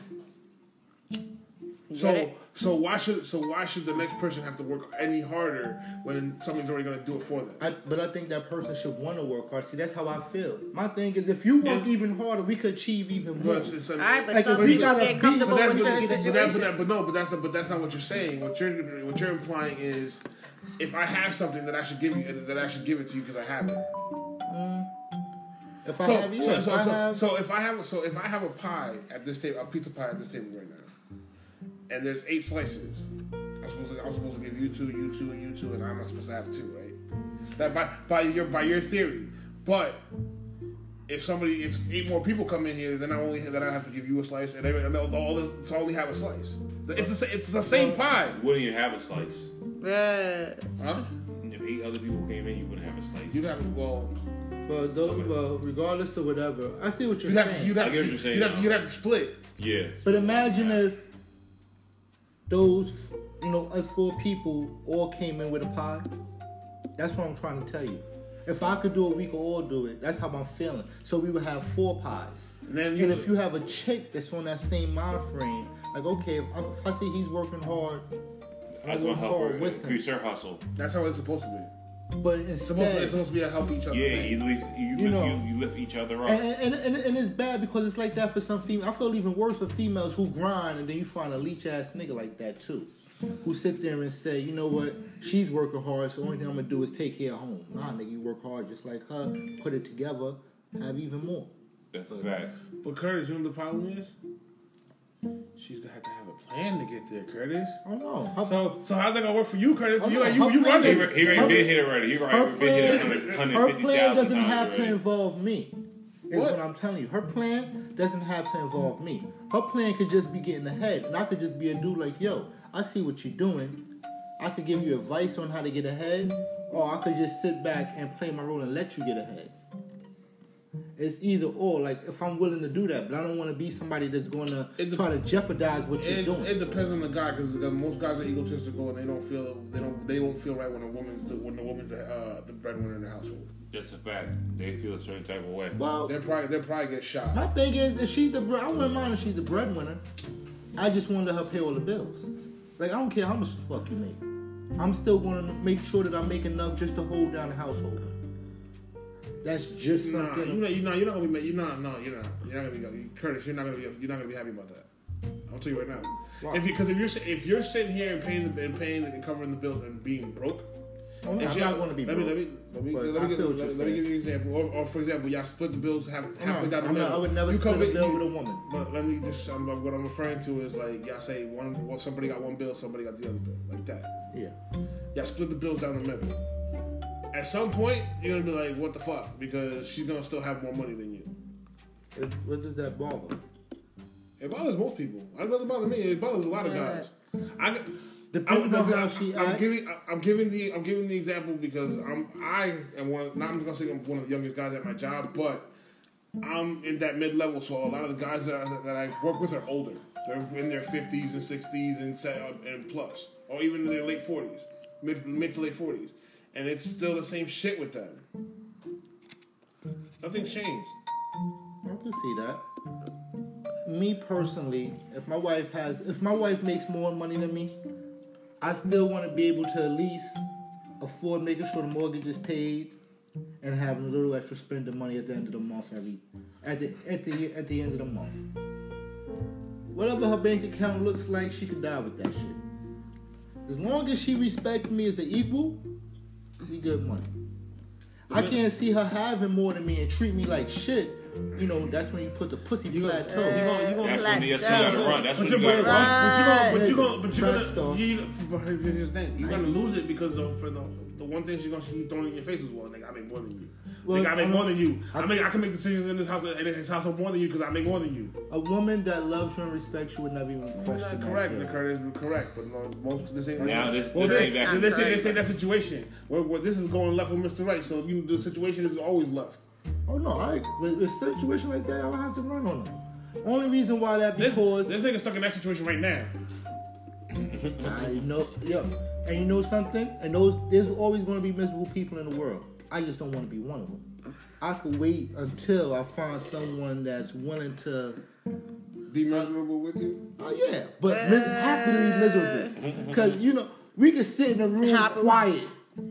Get So it? so why should so why should the next person have to work any harder when somebody's already going to do it for them? I, but I think that person should want to work hard. See, that's how I feel. My thing is, if you work even harder, we could achieve even more. But it's- it's- All right, but Like, some if we people gotta get be- comfortable But that's, with but, certain but that- but, situations. that- but no, but that's the, but that's not what you're saying. What you're what you're implying is, if I have something that I should give you, that I should give it to you because I have it. If I So, have you, so, if so, I so, have, so if I have so if I have a pie at this table, a pizza pie at this table right now, and there's eight slices, I'm supposed to, I'm supposed to give you two, you two, and you two, and I'm not supposed to have two, right? That by by your by your theory, but if somebody if eight more people come in here, then I only then I have to give you a slice, and everybody they'll, they'll all so I only have a slice. It's the, sa- it's the same pie, You wouldn't even have a slice. Yeah. huh? If eight other people came in, you wouldn't have a slice. You'd have to well, well, though, well, regardless of whatever, I see what you're you'd have to saying. you'd I have get to what you're saying you'd have to, now. you'd have to split. yeah. but imagine if those, you know, us four people all came in with a pie. That's what I'm trying to tell you. If I could do it, we could all do it. That's how I'm feeling. So we would have four pies. And then And if you have a chick that's on that same mind frame, like okay, if I, if I see he's working hard, I just want to help her With him. increase her hustle. that's how it's supposed to be. but It's supposed, to, it's instead, supposed to be a help each other. Yeah, thing. you lift, you, lift, You know. you, you lift each other up. and, and, and, and it's bad because it's like that for some females. I feel even worse for females who grind and then you find a leech ass nigga like that too, who sit there and say, you know what, she's working hard, so only thing I'm gonna do is take care of home. Nah, nigga, you work hard just like her, put it together, have even more. That's a fact. But Curtis, you know what the problem is? She's gonna have to have a plan to get there, Curtis. I don't know. Her, So, so how's that gonna work for you, Curtis? Hold You on, like her you, plan you He, running? doesn't- re- he already Her- been hit already. He her already been hit plan, 100, her 150,000 plan doesn't times have to already. involve me. Is what? What? I'm telling you. Her plan doesn't have to involve me. Her plan could just be getting ahead, and I could just be a dude like, "Yo, I see what you're doing. I could give you advice on how to get ahead, or I could just sit back and play my role and let you get ahead." It's either or. Like if I'm willing to do that, but I don't want to be somebody that's going to It de- try to jeopardize what you're It, doing. it depends on the guy because most guys are egotistical and they don't feel they don't they don't feel right when a woman's the, when the woman's uh, the breadwinner in the household. That's a fact. They feel a certain type of way. well, They probably they probably get shot. My thing is, if she's the bread, I wouldn't mind if she's the breadwinner. I just want to let her pay all the bills. Like I don't care how much the fuck you make. I'm still going to make sure that I make enough just to hold down the household. That's just Nah, you're something. not, you're not you're not gonna be ma- you're not no you're not you're not gonna be uh, Curtis. You're not gonna be you're not gonna be happy about that. I'll tell you right now. Why? If because if you're si- if you're sitting here and paying the and paying and covering the bills and being broke. I'm If not, y'all- going to be. Let broke, me let me but let me I let me, feel what give, you're let, let me saying. give you an example. Or, or for example, y'all split the bills half, halfway down the I'm not- middle. I would never you split cover- a bill you- with a woman. But let me just um, what I'm referring to is like y'all say one well, somebody got one bill, somebody got the other bill, like that. Yeah. Y'all split the bills down the middle. At some point, you're gonna be like, "What the fuck?" Because she's gonna still have more money than you. It- What does that bother? It bothers most people. It doesn't bother me. It bothers a lot of Right. guys. I, Depending I'm, on how she I'm acts. giving I- I'm giving the I'm giving the example because I'm I am one of, not I'm gonna say I'm one of the youngest guys at my job, but I'm in that mid level, so a lot of the guys that I, that I work with are older. They're in their fifties and sixties and se- and plus, or even in their late forties, mid mid to late forties, and it's still the same shit with them. Nothing's changed. I can see that. Me personally, if my wife has, if my wife makes more money than me, I still want to be able to at least afford making sure the mortgage is paid and having a little extra spending money at the end of the month every at the at the at the end of the month. Whatever her bank account looks like, she could die with that shit. As long as she respects me as an equal, we good money. I can't see her having more than me and treat me like shit. You know, that's when you put the pussy plateau. That's when the Plateau. got to run. That's when But you you're got to gonna- run. but you're gonna, but you're Track gonna, but you're star. gonna, you, but here's the thing. You're gonna lose it because of, for the the one thing she's gonna keep throwing in your face is well, nigga, I make more than you. Well, nigga, I make I'm- more than you. I, I- make, I can make decisions in this house in this house more than you because I make more than you. A woman that loves you and respects you would never even question that. Not correct, shit. Nick Curtis, you're correct, but no, most this ain't. Now this- well, this they, ain't back- they, say they Correct. say that situation where, where this is going left with Mr. Right, so you the situation is always left. Oh no, I with with a situation like that, I would have to run on them. Only reason why that This, because this nigga stuck in that situation right now. I know, yeah. And you know something? And those there's always going to be miserable people in the world. I just don't want to be one of them. I could wait until I find someone that's willing to Be miserable with you. Oh yeah, but mis- Uh. happily miserable. Because you know we could sit in a room Happily. quiet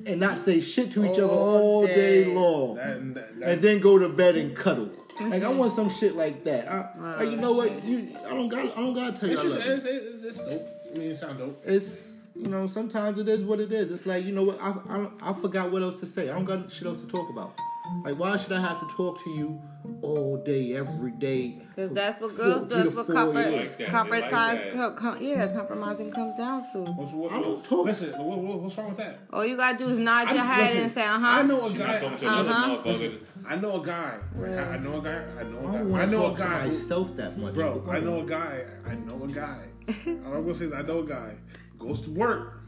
and not say shit to each other All all day, day. long, That- and that- that- and then go to bed and cuddle. Like I want some shit like that. I, Oh, like, you know what? You I don't got I don't gotta tell you. It's I just love you. it's, it's, it's dope. I mean, it sound dope. It's you know sometimes it is what it is. It's like you know what I I, don't- I forgot what else to say. I don't got shit else to talk about. Like why should I have to talk to you all day every day? Because that's what for girls three do. That's to what four compromise, years? Like that. They compromise, like that. com- yeah, compromising comes down to. What's, what, I don't what- talk- Listen, what, what, what's wrong with that? All you gotta do is nod your I'm- head listen, and say, "Uh I huh." know a She guy. not talking to another Uh-huh. motherfucker. I know a guy. right? I I know a guy. I I know a don't guy. want I to know talk a to guy. who- myself that much, Bro, I know a guy. I know a guy. All I'm gonna say is I know a guy goes to work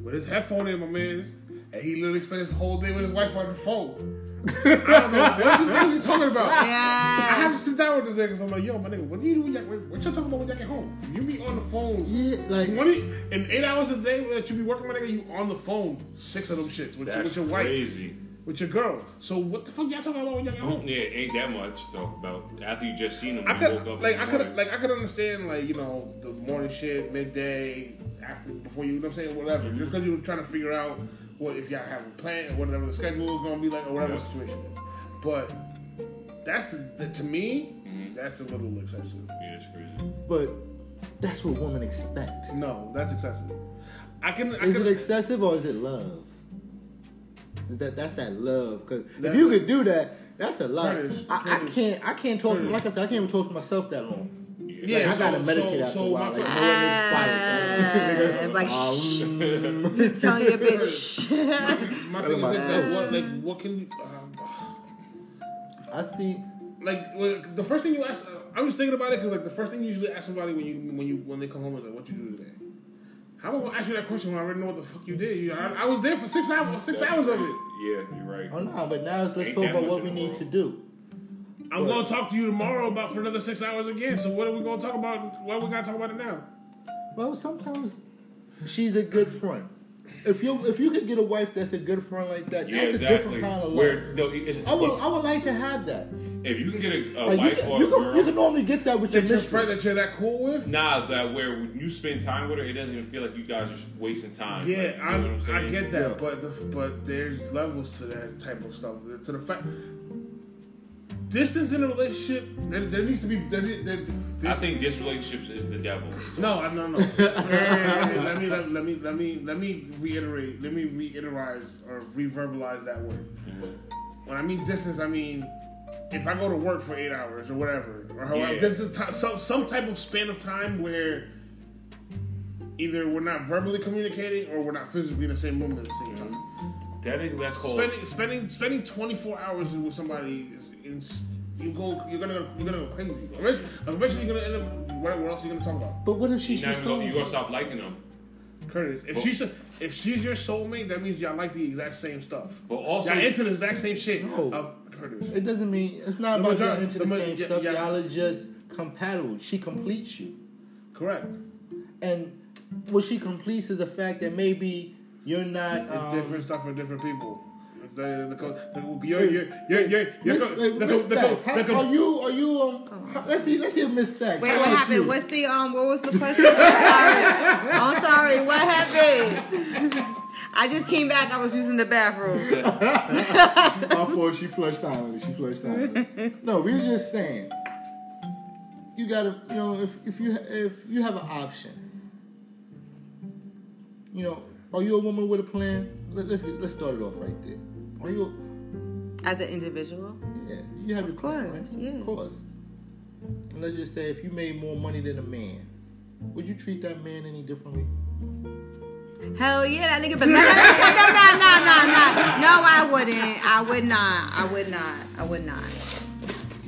with his headphone in, my man's, and he literally spent his whole day with his wife on the phone. I don't know what the fuck you talking about. I Yeah. have to sit down with this nigga 'cause I'm like, yo, my nigga, what do you do? When y'all, what what y'all talking about when y'all get home? You be on the phone. Yeah, like- 20 and eight hours a day that you be working, my nigga, you on the phone. Six of them shits with, your, with That's your wife, crazy. with your girl. So what the fuck y'all talking about when y'all get home? Yeah, ain't that much to talk about after you just seen him. I and woke up could in like the I could morning. like I could understand like you know the morning shit, midday, after before you, you know what I'm saying, whatever. Mm-hmm. Just because you were trying to figure out what if y'all have a plan or whatever the schedule is gonna be like or whatever the situation is. But that's that, to me, Mm-hmm. that's a little excessive. Yeah, it's crazy. but that's what women expect. No, that's excessive. I can. I Is can it excessive or is it love? Is That that's that love. Cause if That- you could do that, that's a lot. Curtis, I, I Curtis. can't. I can't talk. Curtis. Like I said, I can't even talk to myself that long. yeah, Like, so, I gotta meditate after so, a so while. my Like, que- Uh, like Oh, shh, telling your bitch. shh. my thing is like, like what like what can you. Um, I see. like well, the first thing you ask. I'm just thinking about it because like the first thing you usually ask somebody when you when you when they come home is like, "What you do today?" How am I gonna ask you that question when I already know what the fuck you did? You, I, I was there for six hours, six hours of it. Yeah, you're right. Oh no, but now it's, let's Ain't talk that about much what in we the need world. to do. I'm gonna talk to you tomorrow about for another six hours again. So what are we gonna talk about? Why we gotta talk about it now? Well, sometimes she's a good friend. If you if you could get a wife that's a good friend like that, Yeah, that's a exactly. different kind of love. Where no, it's, I would I would like to have that. if you can get a, a Like you wife can, or you, a can, you girl, can normally get that with your That your mistress. friend that you're that cool with. nah, that where when you spend time with her, it doesn't even feel like you guys are wasting time. Yeah, like, you know I, what I'm saying? I get that, Yeah. but the, but there's levels to that type of stuff. To the fact, distance in a relationship, there, there needs to be. There, there, I there, think this relationship is the devil. No, I- no, no. let, me, let me let me let me let me reiterate. Let me reiterate or reverbalize that word. When I mean distance, I mean if I go to work for eight hours or whatever, or however, Yeah. this is ti some some type of span of time where either we're not verbally communicating or we're not physically in the same room at the same time. That is that's called Spending spending spending twenty four hours with somebody is, is you go, you're gonna, go- you're gonna go crazy. Eventually, eventually you're gonna end up. What, what else are you gonna talk about? But what if she's You're, your not gonna, soulmate? you're gonna stop liking them. Curtis, if she's a, if she's your soulmate, that means y'all like the exact same stuff. But also- y'all into the exact same shit. No. Uh, Curtis, It doesn't mean it's not The about y'all majority- into the, the ma- same yeah, stuff. yeah. Y'all are just compatible. She completes you, correct. and what she completes is the fact that maybe you're not. It's Um, different stuff for different people. The, the, co- the, your, your, your, your, your, Miss- co- like, the, Miss co- the, co- Stacks, how- the, co- are you? Are you? Um, how- let's see. Let's hear Miss Stacks. Wait, How what about happened? you? What's the um? What was the question? I'm sorry. I'm sorry. What happened? I just came back. I was using the bathroom. My fault. She flushed silently. She flushed silently. no, we were just saying. You gotta, you know, if if you if you have an option, you know, are you a woman with a plan? Let, let's get, let's start it off right there. Are you? As an individual, Yeah, you have your plan, course, right? yeah. Of course. And let's just say, if you made more money than a man, would you treat that man any differently? hell yeah, that nigga. But no, no, no, no, no, no, no, no. No, I wouldn't. I would not. I would not. I would not.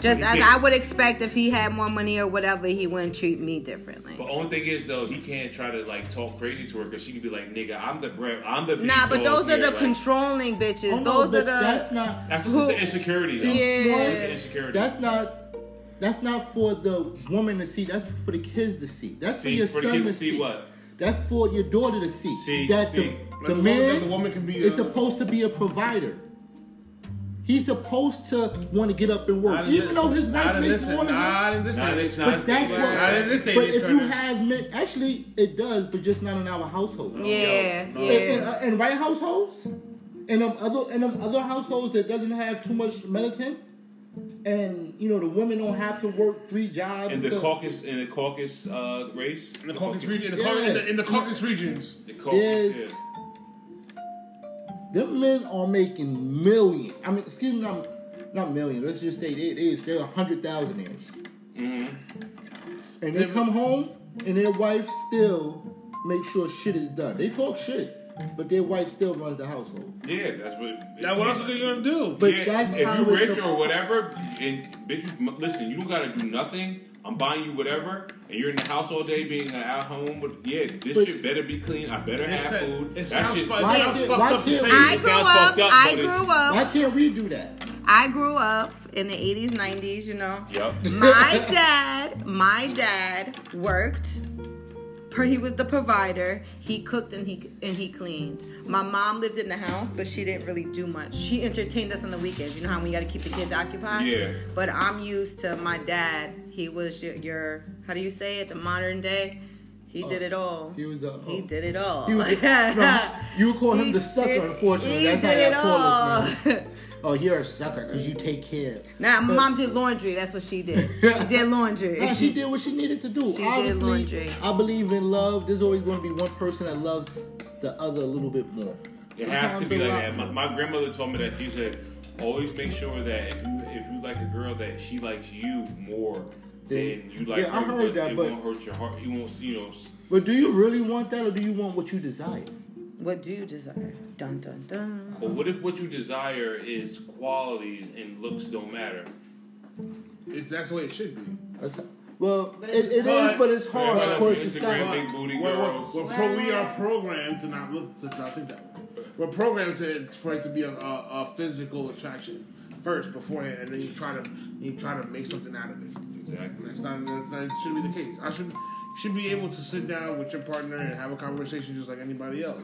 Just as I would expect, if he had more money or whatever, he wouldn't treat me differently. But only thing is though, he can't try to like talk crazy to her because she could be like, "Nigga, I'm the bread, I'm the." big Nah, but dog those are here," the like, controlling bitches. Oh, no, those but are the. That's not. That's just who- an insecurity. Though. It's just an yeah. insecurity. That's not. That's not for the woman to see. That's for the kids to see. That's See, for your for the son kids to to see what? That's for your daughter to see. See, that see. the, the That the woman- man that the woman can be, is uh, supposed to be a provider. He's supposed to want to get up and work, Not in even this- though his not wife in makes this, more than him. not in this, Nah, day. this- nah, But that's Yeah. what. Not in this day, but this if you Curtis. have men, actually, it does. But just not in our household. yeah, no. yeah. In, in, uh, in white households, in them other in them other households that doesn't have too much militant, and you know the women don't have to work three jobs. in and the stuff. caucus, in the caucus uh, race, in the Caucasus region, in the, Caucasus- in the, in the Caucasus regions. the caucus, Yes. yeah. Them men are making million. I mean, excuse me, not, not million. Let's just say they they they're a hundred thousandaires. Mm-hmm. And they come home, and their wife still makes sure shit is done. They talk shit, but their wife still runs the household. yeah, that's what. Now, what else are you gonna do? But that's if how you it's rich supp- or whatever, and bitch, you- m- listen, you don't gotta do nothing. I'm buying you whatever, and you're in the house all day, being uh, at home. With, yeah, this But- shit better be clean. I better It have sa- food. It that sounds shit. fu- Why it sounds did- fucked why up to did- say. I It grew sounds up. fucked up, I but it's- grew up. Why can't we do that? I grew up in the 80s, 90s, you know. Yup. My dad, my dad worked. Per, he was the provider. He cooked and he and he cleaned. My mom lived in the house, but she didn't really do much. She entertained us on the weekends. You know how when you got to keep the kids occupied. Yeah. But I'm used to my dad. He was your, your how do you say it? The modern day. He did it all. Oh, He was a- oh. He did it all. He was a- no, you would call him the sucker, unfortunately. He That's how did y'all it call us all. Oh, you're a sucker because you take care. Nah, my mom did laundry. That's what she did. She did laundry. Nah, she did what she needed to do. She did Obviously, laundry. I believe in love. There's always going to be one person that loves the other a little bit more. It has to Sometimes be a like lot that. My, more. my grandmother told me that she said, always make sure that if you if you like a girl that she likes you more than you like Yeah, I her heard because that, it but- won't hurt your heart. It won't, you know. s- But do you really want that, or do you want what you desire? What do you desire? Dun dun dun. But what if what you desire is qualities and looks don't matter? It, that's the way it should be. That's, well, it, it is, But- but it's hard. Everybody Of course, on it's Instagram, not. big booty We're, we're, girls. we're pro, we are programmed to not look, to not think that way. We're programmed to, for it to be a, a, a physical attraction first, beforehand, and then you try to you try to make something out of it. Exactly. That's not that that shouldn't be the case. I should should be able to sit down with your partner and have a conversation just like anybody else.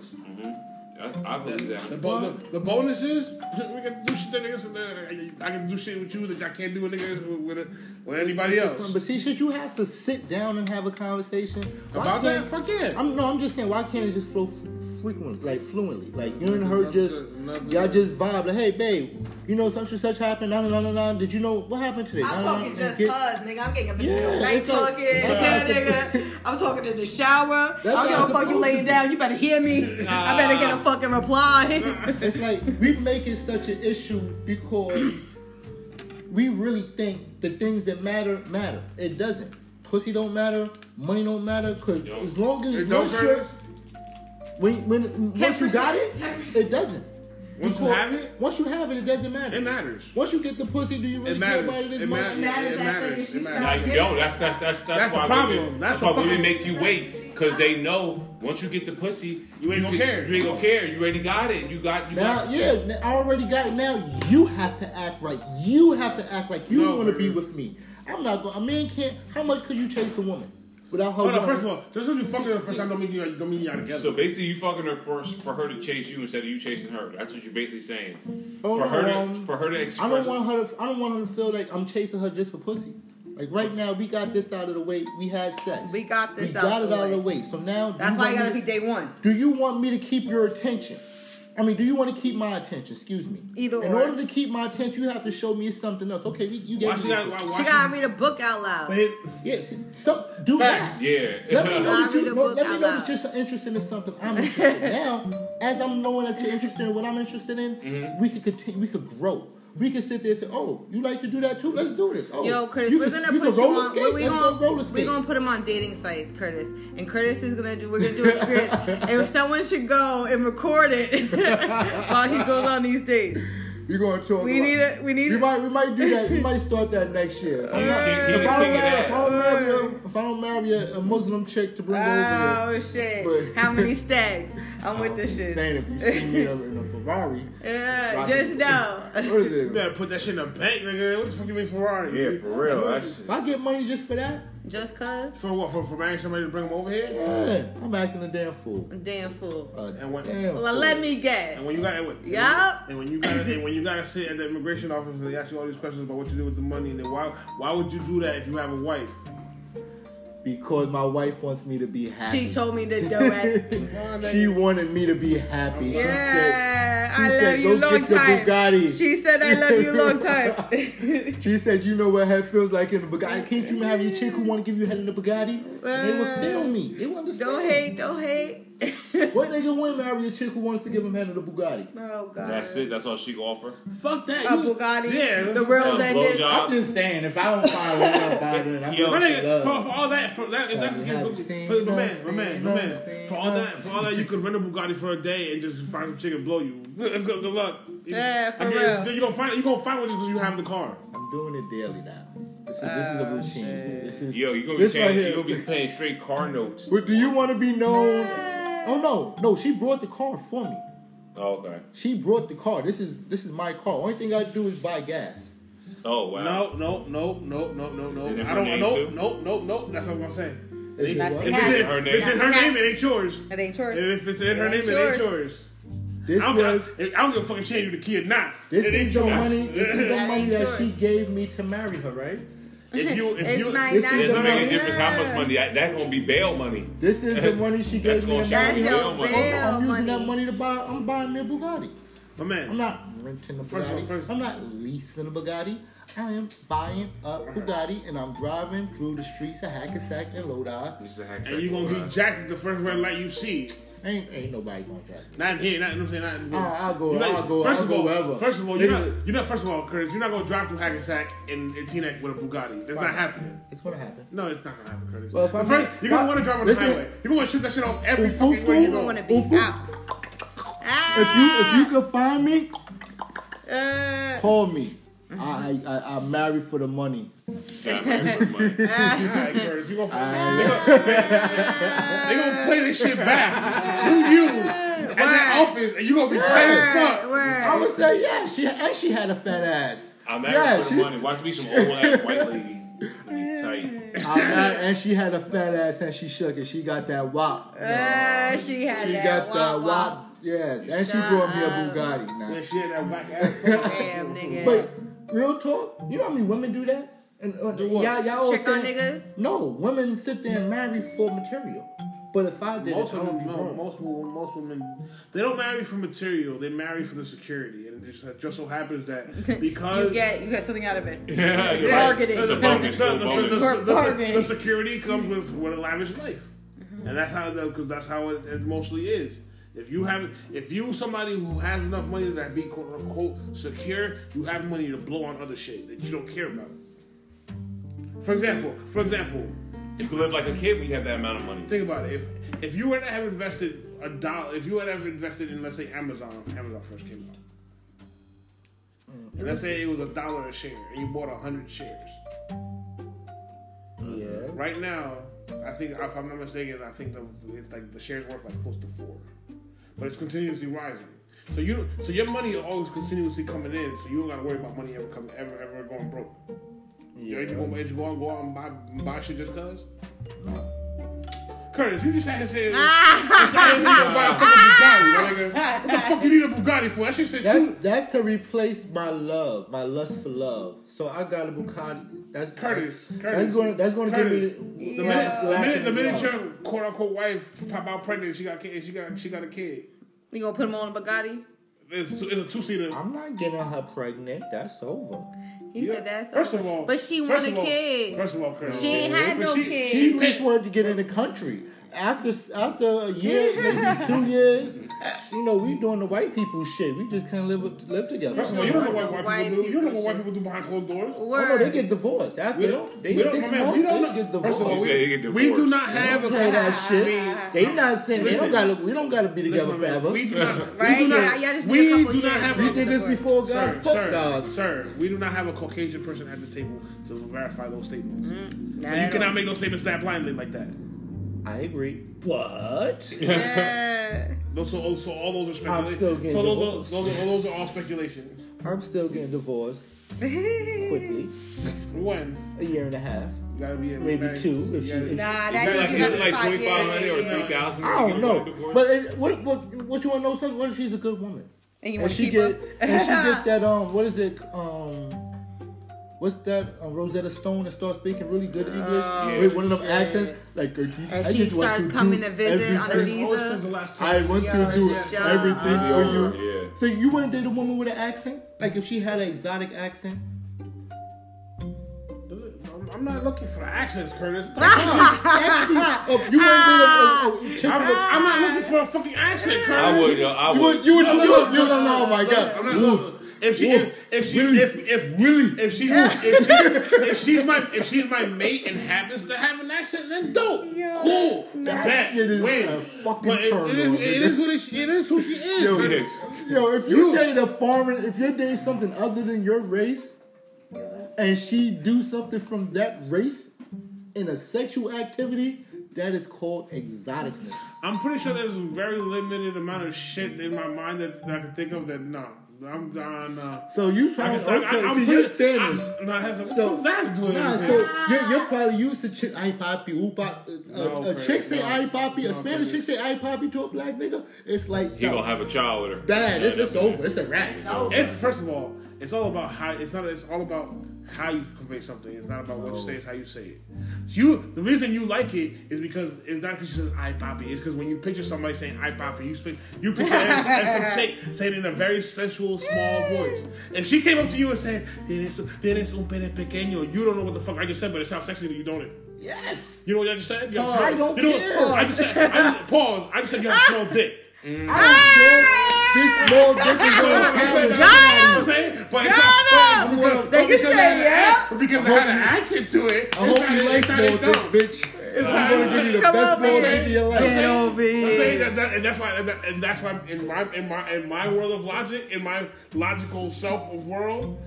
I, I believe The, that. bo- the, the bonus is we can do shit that niggas. I can do shit with you that I can't do with niggas with, with, with anybody else. But see, should you have to sit down and have a conversation Why About that, can't- fuck yeah. I'm no, I'm just saying, why can't it just flow f- frequently, like fluently? Like you and her Nothing just, to- nothing y'all to- just vibe. Like, hey, babe, you know such and such happened. Nah, nah, nah, nah, nah. Did you know what happened today? Nah, nah, I'm nah, talking nah. just Get- cuz, nigga. I'm getting up in the Yeah, middle of the night it's like- talking. Yeah, nigga. I'm talking in the shower. I how don't it's give a fuck you supposed laying to be. down. You better hear me. I better get a fucking reply. It's like we make it such an issue because we really think the things that matter matter. It doesn't. Pussy don't matter. Money don't matter. Cause Yo. as long as It don't once you're, Curtis? when when once you got it, 10%. it doesn't. Once you Because have it, once you have it, it doesn't matter. it matters. Once you get the pussy, do you really It care matters. about it as It much? matters. It matters. matters. It That's the matters. issue. It Stop. matters. Like, yo, that's that's that's that's, That's the why problem. That's Women, that's the why women fucking- make you wait because they know once you get the pussy, You ain't gonna can- care. You ain't gonna care. You already got it. You got you Now, got. yeah, n- I already got it. Now you have to act right. You have to act like you No, want to man. be with me. I'm not going. to A man can't. How much could you chase a woman without her? Oh no! wanting- First of all, just because you fucking the first time don't mean you don't mean y'all together. So basically, you fucking her for for her to chase you instead of you chasing her. That's what you're basically saying. Oh, for no, her to um, for her to I express. don't want her to. I don't want her to feel like I'm chasing her just for pussy. Like right now, we got this out of the way. We had sex. We got this We out got the it out of way. the way. So now do That's why want you gotta me be to- day one. Do you want me to keep your attention? I mean, do you want to keep my attention? Excuse me. Either In or. order to keep my attention, you have to show me something else. Okay, we, you Why get she got? Why, why She gotta read a book out loud. Hit, Yes, some do Facts. that. Yeah. Let me know that Read you no, a book let me out know that loud. you're so interested in something I'm interested in. now, as I'm knowing that you're interested in what I'm interested in, Mm-hmm. we could continue. We could grow. We could sit there and say, "Oh, you like to do that too? Let's do this." Oh, Yo, Curtis, you we're can- gonna you put can you roller on. skate? We're, we Let's go roller gonna, skate. we're gonna put him on dating sites, Curtis, and Curtis is gonna do. We're gonna do experience, and someone should go and record it while he goes on these dates. You're going to talk We about- need a. We need. We might, we might do that. We might start that next year. If, I'm not- He- he if the I don't king of marry, if I that. don't marry, a- if I don't marry a, a Muslim chick to bring over Oh shit! But- How many stacks? I'm with this here, shit. saying if you see me uh, in a, in a Ferrari, Yeah, Rocket. just know. what is you it? better put that shit in the bank, nigga. What the fuck you mean Ferrari? Yeah, for real. That's If I get money just for that, Just cause. For what? For, for marrying somebody to bring them over here? yeah, I'm acting a damn fool. Damn fool. A And when- damn Well, fool. let me guess. And when you got and when- Yup. and when you got and when you got to sit at the immigration office and they ask you all these questions about what you do with the money, and then why why would you do that if you have a wife? because my wife wants me to be happy. She told me to do it. She wanted me to be happy. She said. Yeah, she I said, love you "Go long get your time. Bugatti." She said, I love you long time. She said, "You know what head feels like in a Bugatti. Can't you have your chick who want to give you head in a Bugatti? And they would feel me. They would understand. don't hate, don't hate. What nigga wouldn't marry a chick who wants to give him head in a Bugatti? oh, God. that's it. That's all she can offer. Fuck that. A you- Bugatti. Yeah. the world's A ended. blowjob. I'm just saying, if I don't find one, I'm buying it. I'm Yo, Uh, My gonna nigga, love. for, for all that, for that, if that's the Have you case, seen for, my no man, my man, my scene, no man, scene, for all no that, for all that, you could rent a Bugatti for a day and just find a chick and blow you. Good, good good luck. Yeah, for Again, real. You don't find you gonna find one just because you have the car. I'm doing it daily now. This is, this is a Oh, routine. This is Yo, you gonna be this right paying. here. you gonna be paying straight car notes. But do you want to be known? Oh no, no. She brought the car for me. Oh, okay. She brought the car. This is this is my car. Only thing I do is buy gas. Oh wow. No, no, no, no, no, no, no. Is it in I her don't. name, No, too? no, no, no. That's what I'm saying. Is it If what? it's in That's her name. If it's in her That's name, it ain't yours. It ain't yours. And if it's in her name, That's it ain't yours. yours. I This don't, was I, I don't give a fucking shit you the key or not. this it ain't is the yours. money. This is the That money ain't that she yours. gave me to marry her. Right. if you, if It's you, my this night. is It doesn't No, make no, a difference how much money. I, that's gonna be bail money. This is the money she That's gave me gonna to show marry That's her. you your bail money. bail I'm using that money. money to buy. I'm buying me a Bugatti. my I'm man. not renting a First of all, Bugatti. first- I'm not leasing a Bugatti. I am buying a Bugatti, and I'm driving through the streets of Hackensack and Lodi. And you gonna be jacked at the first red light you see. Ain't ain't nobody gonna drive. me. Not in here. Not, you know what I'm saying, not, All right, I'll go- You I'll go- First I'll of go all, wherever. first of all, you're Nigga. not. You're not. First of all, Curtis, you're not gonna drive through Hackensack in, in Teaneck with a Bugatti. That's not happening. It's gonna happen. No, it's not gonna happen, Curtis. Well, if The I'm- first, you're if gonna I- want to drive on listen. the highway. You're gonna want to shoot that shit off every Oof, fucking oof, way you oof. You go. want to be Oof, oof. out. Ah. If you if you could find me, Uh, call me. I I I, I marry for the money. Exactly. Alright, Curtis, you gonna find they gonna, they gonna play this shit back to you at that Word. office, and you gonna be tight as fuck. I word, would say yeah. She and she had a fat ass. I'm Yeah, asking for the she's- money. Watch me some old ass white lady. Let me tight. I mar- and she had a fat ass and she shook it. She got that wop. Uh, she had She got that. that Wop, wop. wop. Yes, and she Shut brought me a up. Bugatti. Now. That shit, that whack ass. Damn, nigga. But real talk, you know how many women do that? And uh, y'all, y'all all Check on saying- niggas? No, women sit there and marry for material. But if I did, Most it, I would women, be no, wrong. most women, most women, they don't marry for material. They marry for the security, and it just, it just so happens that because You get, you get something out of it. Yeah, It's you're right. bargaining. It's a the, bargain. the, the, the, the, Bargain. Mm-hmm. the- the- the security comes with, with a lavish life, and that's how because that's how it, it mostly is. If you have, if you somebody who has enough money to be quote unquote secure, you have money to blow on other shit that you don't care about. For example, for example, You can live like a kid when you have that amount of money. think about it. If if you were to have invested a dollar, if you were to have invested in let's say Amazon, when Amazon first came out, And let's say it was a dollar a share, and you bought hundred shares. Yeah. Right now, I think if I'm not mistaken, I think the, it's like the shares worth like close to four, but it's continuously rising. So you, so your money is always continuously coming in, so you don't gotta worry about money ever coming, ever, ever going broke. You ain't gonna you gonna go out and buy, buy shit just cause. Curtis, you just had to say. You gotta buy a fucking Bugatti, my nigga. What the fuck you need a Bugatti for? That shit said That's two. that's to replace my love, my lust for love. So I got a Bugatti. That's Curtis, That's, Curtis, that's gonna that's gonna Curtis. give me The minute, the minute, the minute your quote unquote wife pop out pregnant, she got kid, she got she got a kid. You gonna put him on a Bugatti? It's, a two- it's a two seater. I'm not getting her pregnant. That's over. He said that's First of okay. all, But she first want a of all- kid. First of all, Curtis, She ain't had but no she, kid. She, She just paid, wanted to get in the country. After after a year, maybe two years, you know, we doing the white people shit. We just can't live with- live together. first of all, you don't know what white, White people do. You don't know people what white people do behind closed doors. Oh, no, Word. they get divorced after We don't. they we don't. six my man, months. we don't they know. get divorced. First of all, They say we, they get we do divorced. not have a say that I shit. mean, They not saying they Listen. don't gotta we don't gotta be together Listen, my man, forever. We We do not. Right? We do Yeah, not. y'all just need a We couple do not years. have. We a- did this before Sir, God. Fuck sir, God. sir, we do not have a Caucasian person at this table to verify those statements. Nah, So that you cannot don't- make those statements that blindly like that. I agree. But Yeah. Those, so, so all those are I'm still speculation. getting So those, divorced. are, those, are, those are all speculations. I'm still getting divorced quickly. One, A year and a half. you gotta be a Maybe married- two, if you she- gotta- if- Nah, Is that that like, you is it get like like twenty five hundred or yeah. three thousand? I don't know. But it, what what what you wanna know something? What if she's a good woman? And you and want to she keep get her? and she get that um what is it um what's that um, Rosetta Stone and start speaking really good English with one of them accents like Oh, And she starts coming to visit on a It always visa. comes the last I time. want Yo, to do shut everything for up. you. Yeah. So you wouldn't date a woman with an accent? Like if she had an exotic accent? I'm- I'm not looking for accents, Curtis. Oh, you wouldn't date a- a- a- I'm, I'm not looking for a fucking accent, Curtis. I would. yo, I you would, would. you would, you would, you would, oh my god. I'm not look. If she, if, if she, if, if really, if she, if she, if she's my, if she's my mate and happens to have an accent, then dope, Yo, cool, that's bet, shit is a win. fucking But it, it, turn on, is, it is what it, sh- it is who she is. Yo, man. Yes. Yo, if you date a foreign, if you date something other than your race, and she do something from that race in a sexual activity, that is called exoticness. I'm pretty sure there's a very limited amount of shit in my mind that, that I can think of that no, I'm on. Uh, So you I trying can to talk. okay, I, I'm see, pretty, you're Spanish. I, no, that's, So- so that's good. Nah, so you're, you're probably used to chick, ay papi, ooh pop. No, uh, a Chris, chick say no. ay papi, a No, Spanish Chris. chick say ay papi to a black nigga. It's like He gonna have a child with her. bad. Yeah, It's, it's that's- over. It's a wrap. It's first of all, it's all about how it's not. It's all about how you convey something. It's not about what you say. It's how you say it. So you the reason you like it is because it's not because she says "I poppy." It's because when you picture somebody saying "I poppy," you speak. You picture it as, as some chick saying it in a very sensual, small voice. And she came up to you and said, "Tienes, tienes un pene pequeño." You don't know what the fuck I just said, but it sounds sexy to you, don't it? Yes. You know what I just said? You have a Pause. small- Oh, I don't you know care. What, I just said. I just, pause. I just said you have a small dick. I don't care. This small dick is You know gonna what I'm pound saying? the shit out of you. That's what I'm saying? But it's Y'all not, know. but because, They but can because, it say, had, yeah. but because it had an accent to it, I hope you like small dick, bitch. I'm gonna give you the Ah! Come best on, small man. dick of your life. Get over I'm saying here. that, that, and that's why, and, that, and that's why, in my, in my, in my world of logic, in my logical self of world,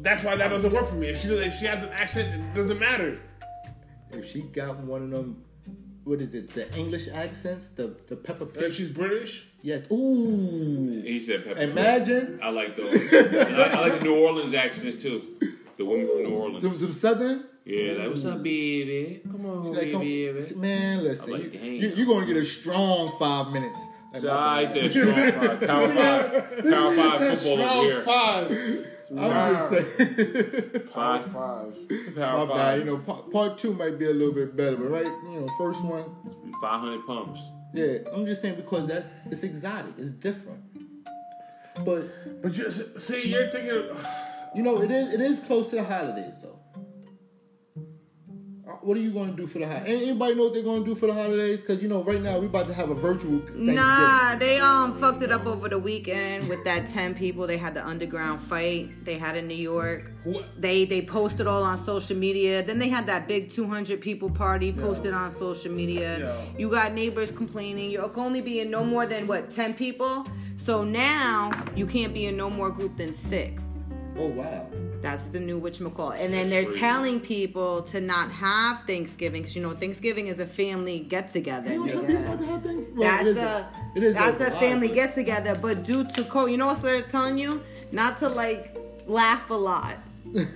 that's why that doesn't work for me. If she, if she has an accent, it doesn't matter. If she got one of them, what is it? The English accents, the the Peppa If Pig. she's British, Yes. Ooh. He said pepper. Imagine I like those. I, I like the New Orleans accents too. The woman from New them, Orleans. them Southern. Yeah, like what's up, baby? Come on, Like, come- baby. man, listen, like, you, damn. you, you're gonna get a strong five minutes. Like, So my I bad. said strong five, power five, power five football here. five, I'm just saying, Five, five. my power bad. You five, know, part, part two might be a little bit better, but right, you know, first one, five hundred pumps. yeah. I'm just saying because that's it's exotic, it's different. But But you, see, you're thinking. you know, it is it is close to the holidays though. Uh, What are you going to do for the holidays? Anybody know what they're going to do for the holidays? Because you know, right now we about to have a virtual. Thanksgiving. Nah, they um fucked it up over the weekend with that ten people. They had the underground fight they had in New York. What? They they posted all on social media. Then they had that big two hundred people party posted on social media. Yeah. You got neighbors complaining. You can only be in no more than what ten people. So now you can't be in no more group than six. Oh wow. That's the new whatchamacallit. And then they're telling people to not have Thanksgiving because you know Thanksgiving is a family get together. You know, some people like to have things- well, it That's is a it is that's a lot, family but- get together. But due to COVID, you know what they're telling you? Not to like laugh a lot. Wow.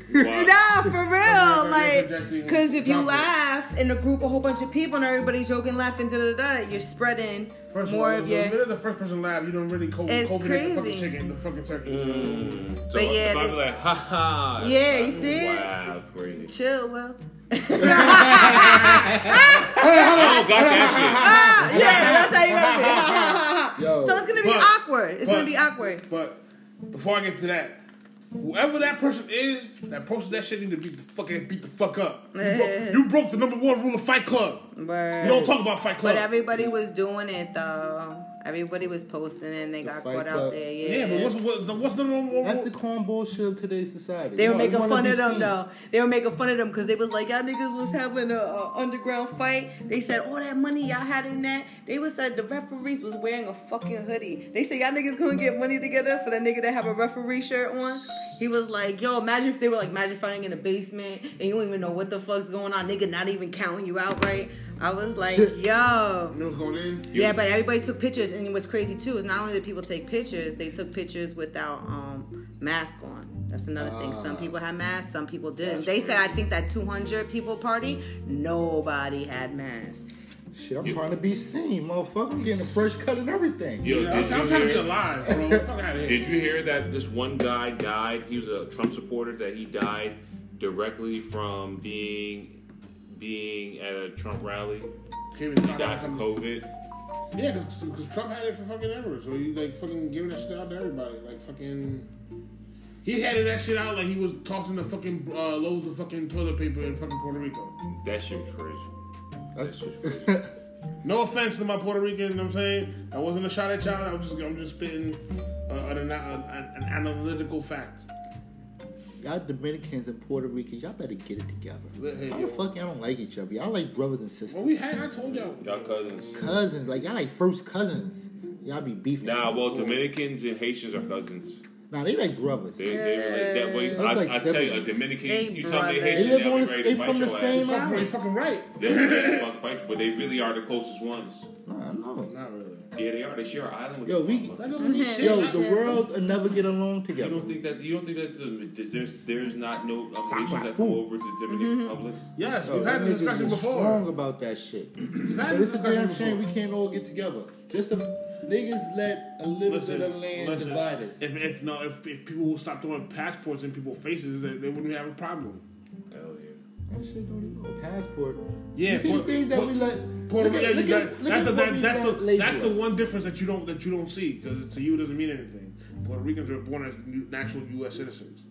Nah, for you're real. Like, projecting because if you conflict. laugh in a group, a whole bunch of people, and everybody joking, laughing, da da da, you're spreading First more of all, of the minute your. the first person live, you don't really co- It's COVID the crazy. fucking chicken, the fucking turkey. Mm. So But yeah, if I they- be like, ha ha. Yeah, you see it? Wow, that's crazy. Chill, well. I don't got Oh, that yeah, that's how you gotta be. Yo, so it's gonna be but- awkward. It's gonna but- be awkward. But before I get to that, whoever that person is that posted that shit need to beat the fucking beat the fuck up. You, broke, you broke the number one rule of Fight Club. Word. You don't talk about Fight Club. But everybody was doing it though. Everybody was posting it and they got Fight caught Club. out there. Yeah. yeah, but what's what, the- what's the number one That's the rule? corn bullshit of today's society. they were No, you making wanna fun be of them seen. though. They were making fun of them because they was like, y'all niggas was having a, a underground fight. They said all that money y'all had in that. They was said the referees was wearing a fucking hoodie. They said y'all niggas gonna get money together for that nigga to have a referee shirt on. He was like, yo, imagine if they were like, imagine fighting in the basement and you don't even know what the fuck's going on. Nigga, not even counting you out right. I was like, yo. You know what's going in? Yeah, but everybody took pictures, and what's crazy too is not only did people take pictures, they took pictures without um mask on. That's another thing. Some people had masks, some people didn't. They said I think that 200 people party, nobody had masks. Shit, I'm trying to be seen, motherfucker. I'm getting a fresh cut and everything. Yo, I'm, did I'm trying you to be hear- alive, bro. Get the fuck out of here. Did you hear that this one guy died? He was a Trump supporter. That he died directly from being being at a Trump rally. Came and He talked died about from something. COVID. Yeah, because Trump had it for fucking ever. So you like fucking giving that shit out to everybody. Like fucking. He had that shit out like he was tossing the fucking uh, loads of fucking toilet paper in fucking Puerto Rico. That shit was crazy. That's No offense to my Puerto Rican, you know what I'm saying? I wasn't a shot at y'all. I was just, I'm just spitting uh, an, an, an analytical fact. y'all Dominicans and Puerto Ricans, y'all better get it together. Hey, How yo. the fuck y'all don't like each other? Y'all like brothers and sisters. Well, we had, I told y'all. Y'all cousins. cousins. Like y'all like first cousins. Y'all be beefing. Nah, well, Dominicans and Haitians are cousins. Nah, they like brothers. They, they relate that way. That's I, like I tell you, a siblings. Dominican, They you tell me brothers. Haitian, They live they'll on be the- ready they to fight from your the ass. same- Fuck, bro, you fucking right. They'll be ready to fucking fight you, but they really are the closest ones. Nah, no. Not really. Yeah, they are. They share an island with Yo, you. we- That doesn't mean shit. Yo, the world will never get along You together. don't think that you don't think that's the, there's there's not no obligations that go over to Dominican Mm-hmm. Republic. yes, Yo, we've had them this niggas discussion is before. Wrong about that shit. We've had But this it's a discussion damn before. shame we can't all get together. Just the niggas let a little bit of land divide us. If, if no, if, if people will stop throwing passports in people's faces, they, they wouldn't have a problem. Hell yeah. That shit don't even a passport. Yeah, you see Puerto- the things that Puerto- we let. Puerto look at- Rican, look yeah, at- look that's at the what that, we that's don't the label that's the us. one difference that you don't that you don't see because to you it doesn't mean anything. Puerto Ricans are born as new- natural U.S. citizens.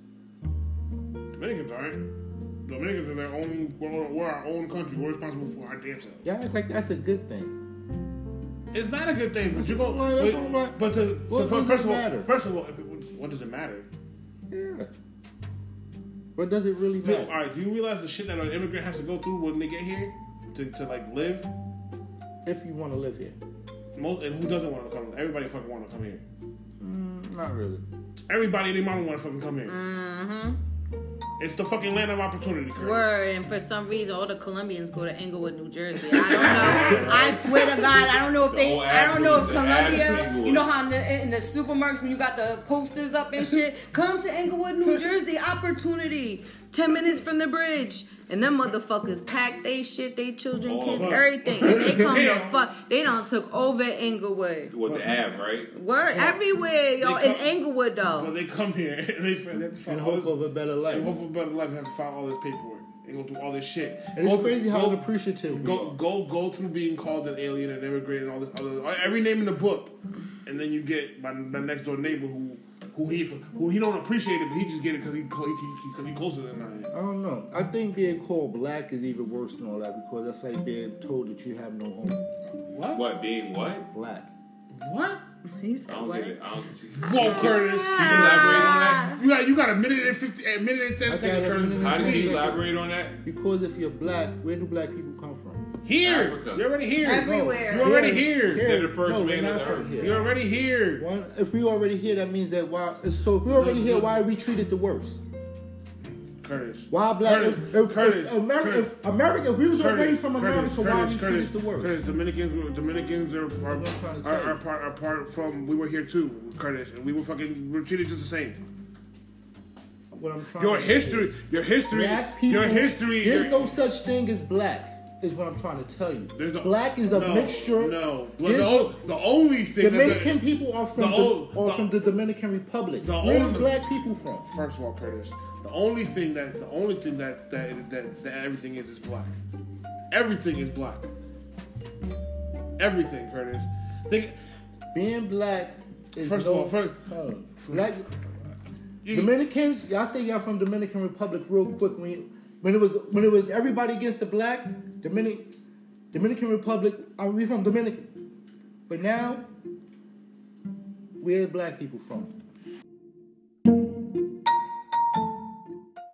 Dominicans aren't. Dominicans are their own. We're, we're our own country. We're responsible for our damn selves. Y'all act like that's a good thing. It's not a good thing, but you go. Well, that's all But, right. but to, What so fir- does it first of all, matter? first of all, what does it matter? Yeah. But does it really Do- matter? all right, do you realize the shit that an immigrant has to go through when they get here to, to like live? If you want to live here, Most and who doesn't want to come? Everybody fucking want to come here. not really. Everybody, and their mama want to fucking come here. It's the fucking land of opportunity. Curry. Word, and for some reason, all the Colombians go to Englewood, New Jersey. I don't know. I swear to God, I don't know if they, whole I don't know avenue, if the avenue Colombia, Inglewood. you know how in the, in the supermarkets when you got the posters up and shit, come to Englewood, New Jersey, opportunity. 10 minutes from the bridge. And them motherfuckers pack they shit, they children, All kids, of us. everything. And they come to Damn. fuck, they done took over Englewood. With the Av, right? Word, everywhere, y'all. They In come- Englewood, But though. they come here and they, they have to And find all hope of this. a better And life. hope for better life. Have to file all this paperwork and go through all this shit. And Go it's through- crazy how go- unappreciative we Go are. go go through being called an alien and immigrant and all this other every name in the book, and then you get my, my next door neighbor who who he who he don't appreciate it, but he just get it because he because he, 'cause he closer than I am. I don't know. I think being called black is even worse than all that because that's like being told that you have no home. What? What being what? Black. What? He I said don't get what? it. I don't get it. Whoa, Curtis. Can you elaborate on that? You got you got a minute and fifty, a minute and ten got seconds, a minute Curtis. and How did Please. you elaborate on that? Because if you're black, where do black people come from? Here, Africa. you're already here. Every- No, Everywhere. You're already here. They're the first no, man we're on not the from earth. here. You're already here. One, if we already here, that means that why. So if we already here, why are we treated the worst? Curtis. Why black? Curtis. if- if- if Curtis. Ameri- Curtis. if America. If we was already from America, Curtis, so why are we Curtis, Curtis, treated the worst? Curtis, Dominicans, Dominicans are are, That's what I'm trying to are, tell are you. part are part from. We were here too, Curtis, and we were fucking we were treated just the same. What I'm trying Your to say. history, your history, Black people. your history. There's your- no such thing as black. Is what I'm trying to tell you. there's no- black is a no, mixture. No, There's- the, o- the only thing that- Dominican people are from the the, old- are the- from the Dominican Republic. the Where old- are black people from? First of all, Curtis, the only thing that the only thing that that that, that everything is is black. Everything is black. Everything, Curtis. Think, Being black is First of no, all, first- Oh, black, you- Dominicans, y'all say y'all from Dominican Republic real quick when you- when it was when it was everybody against the black Dominic Dominican Republic. I mean, we from Dominican, but now where black people from?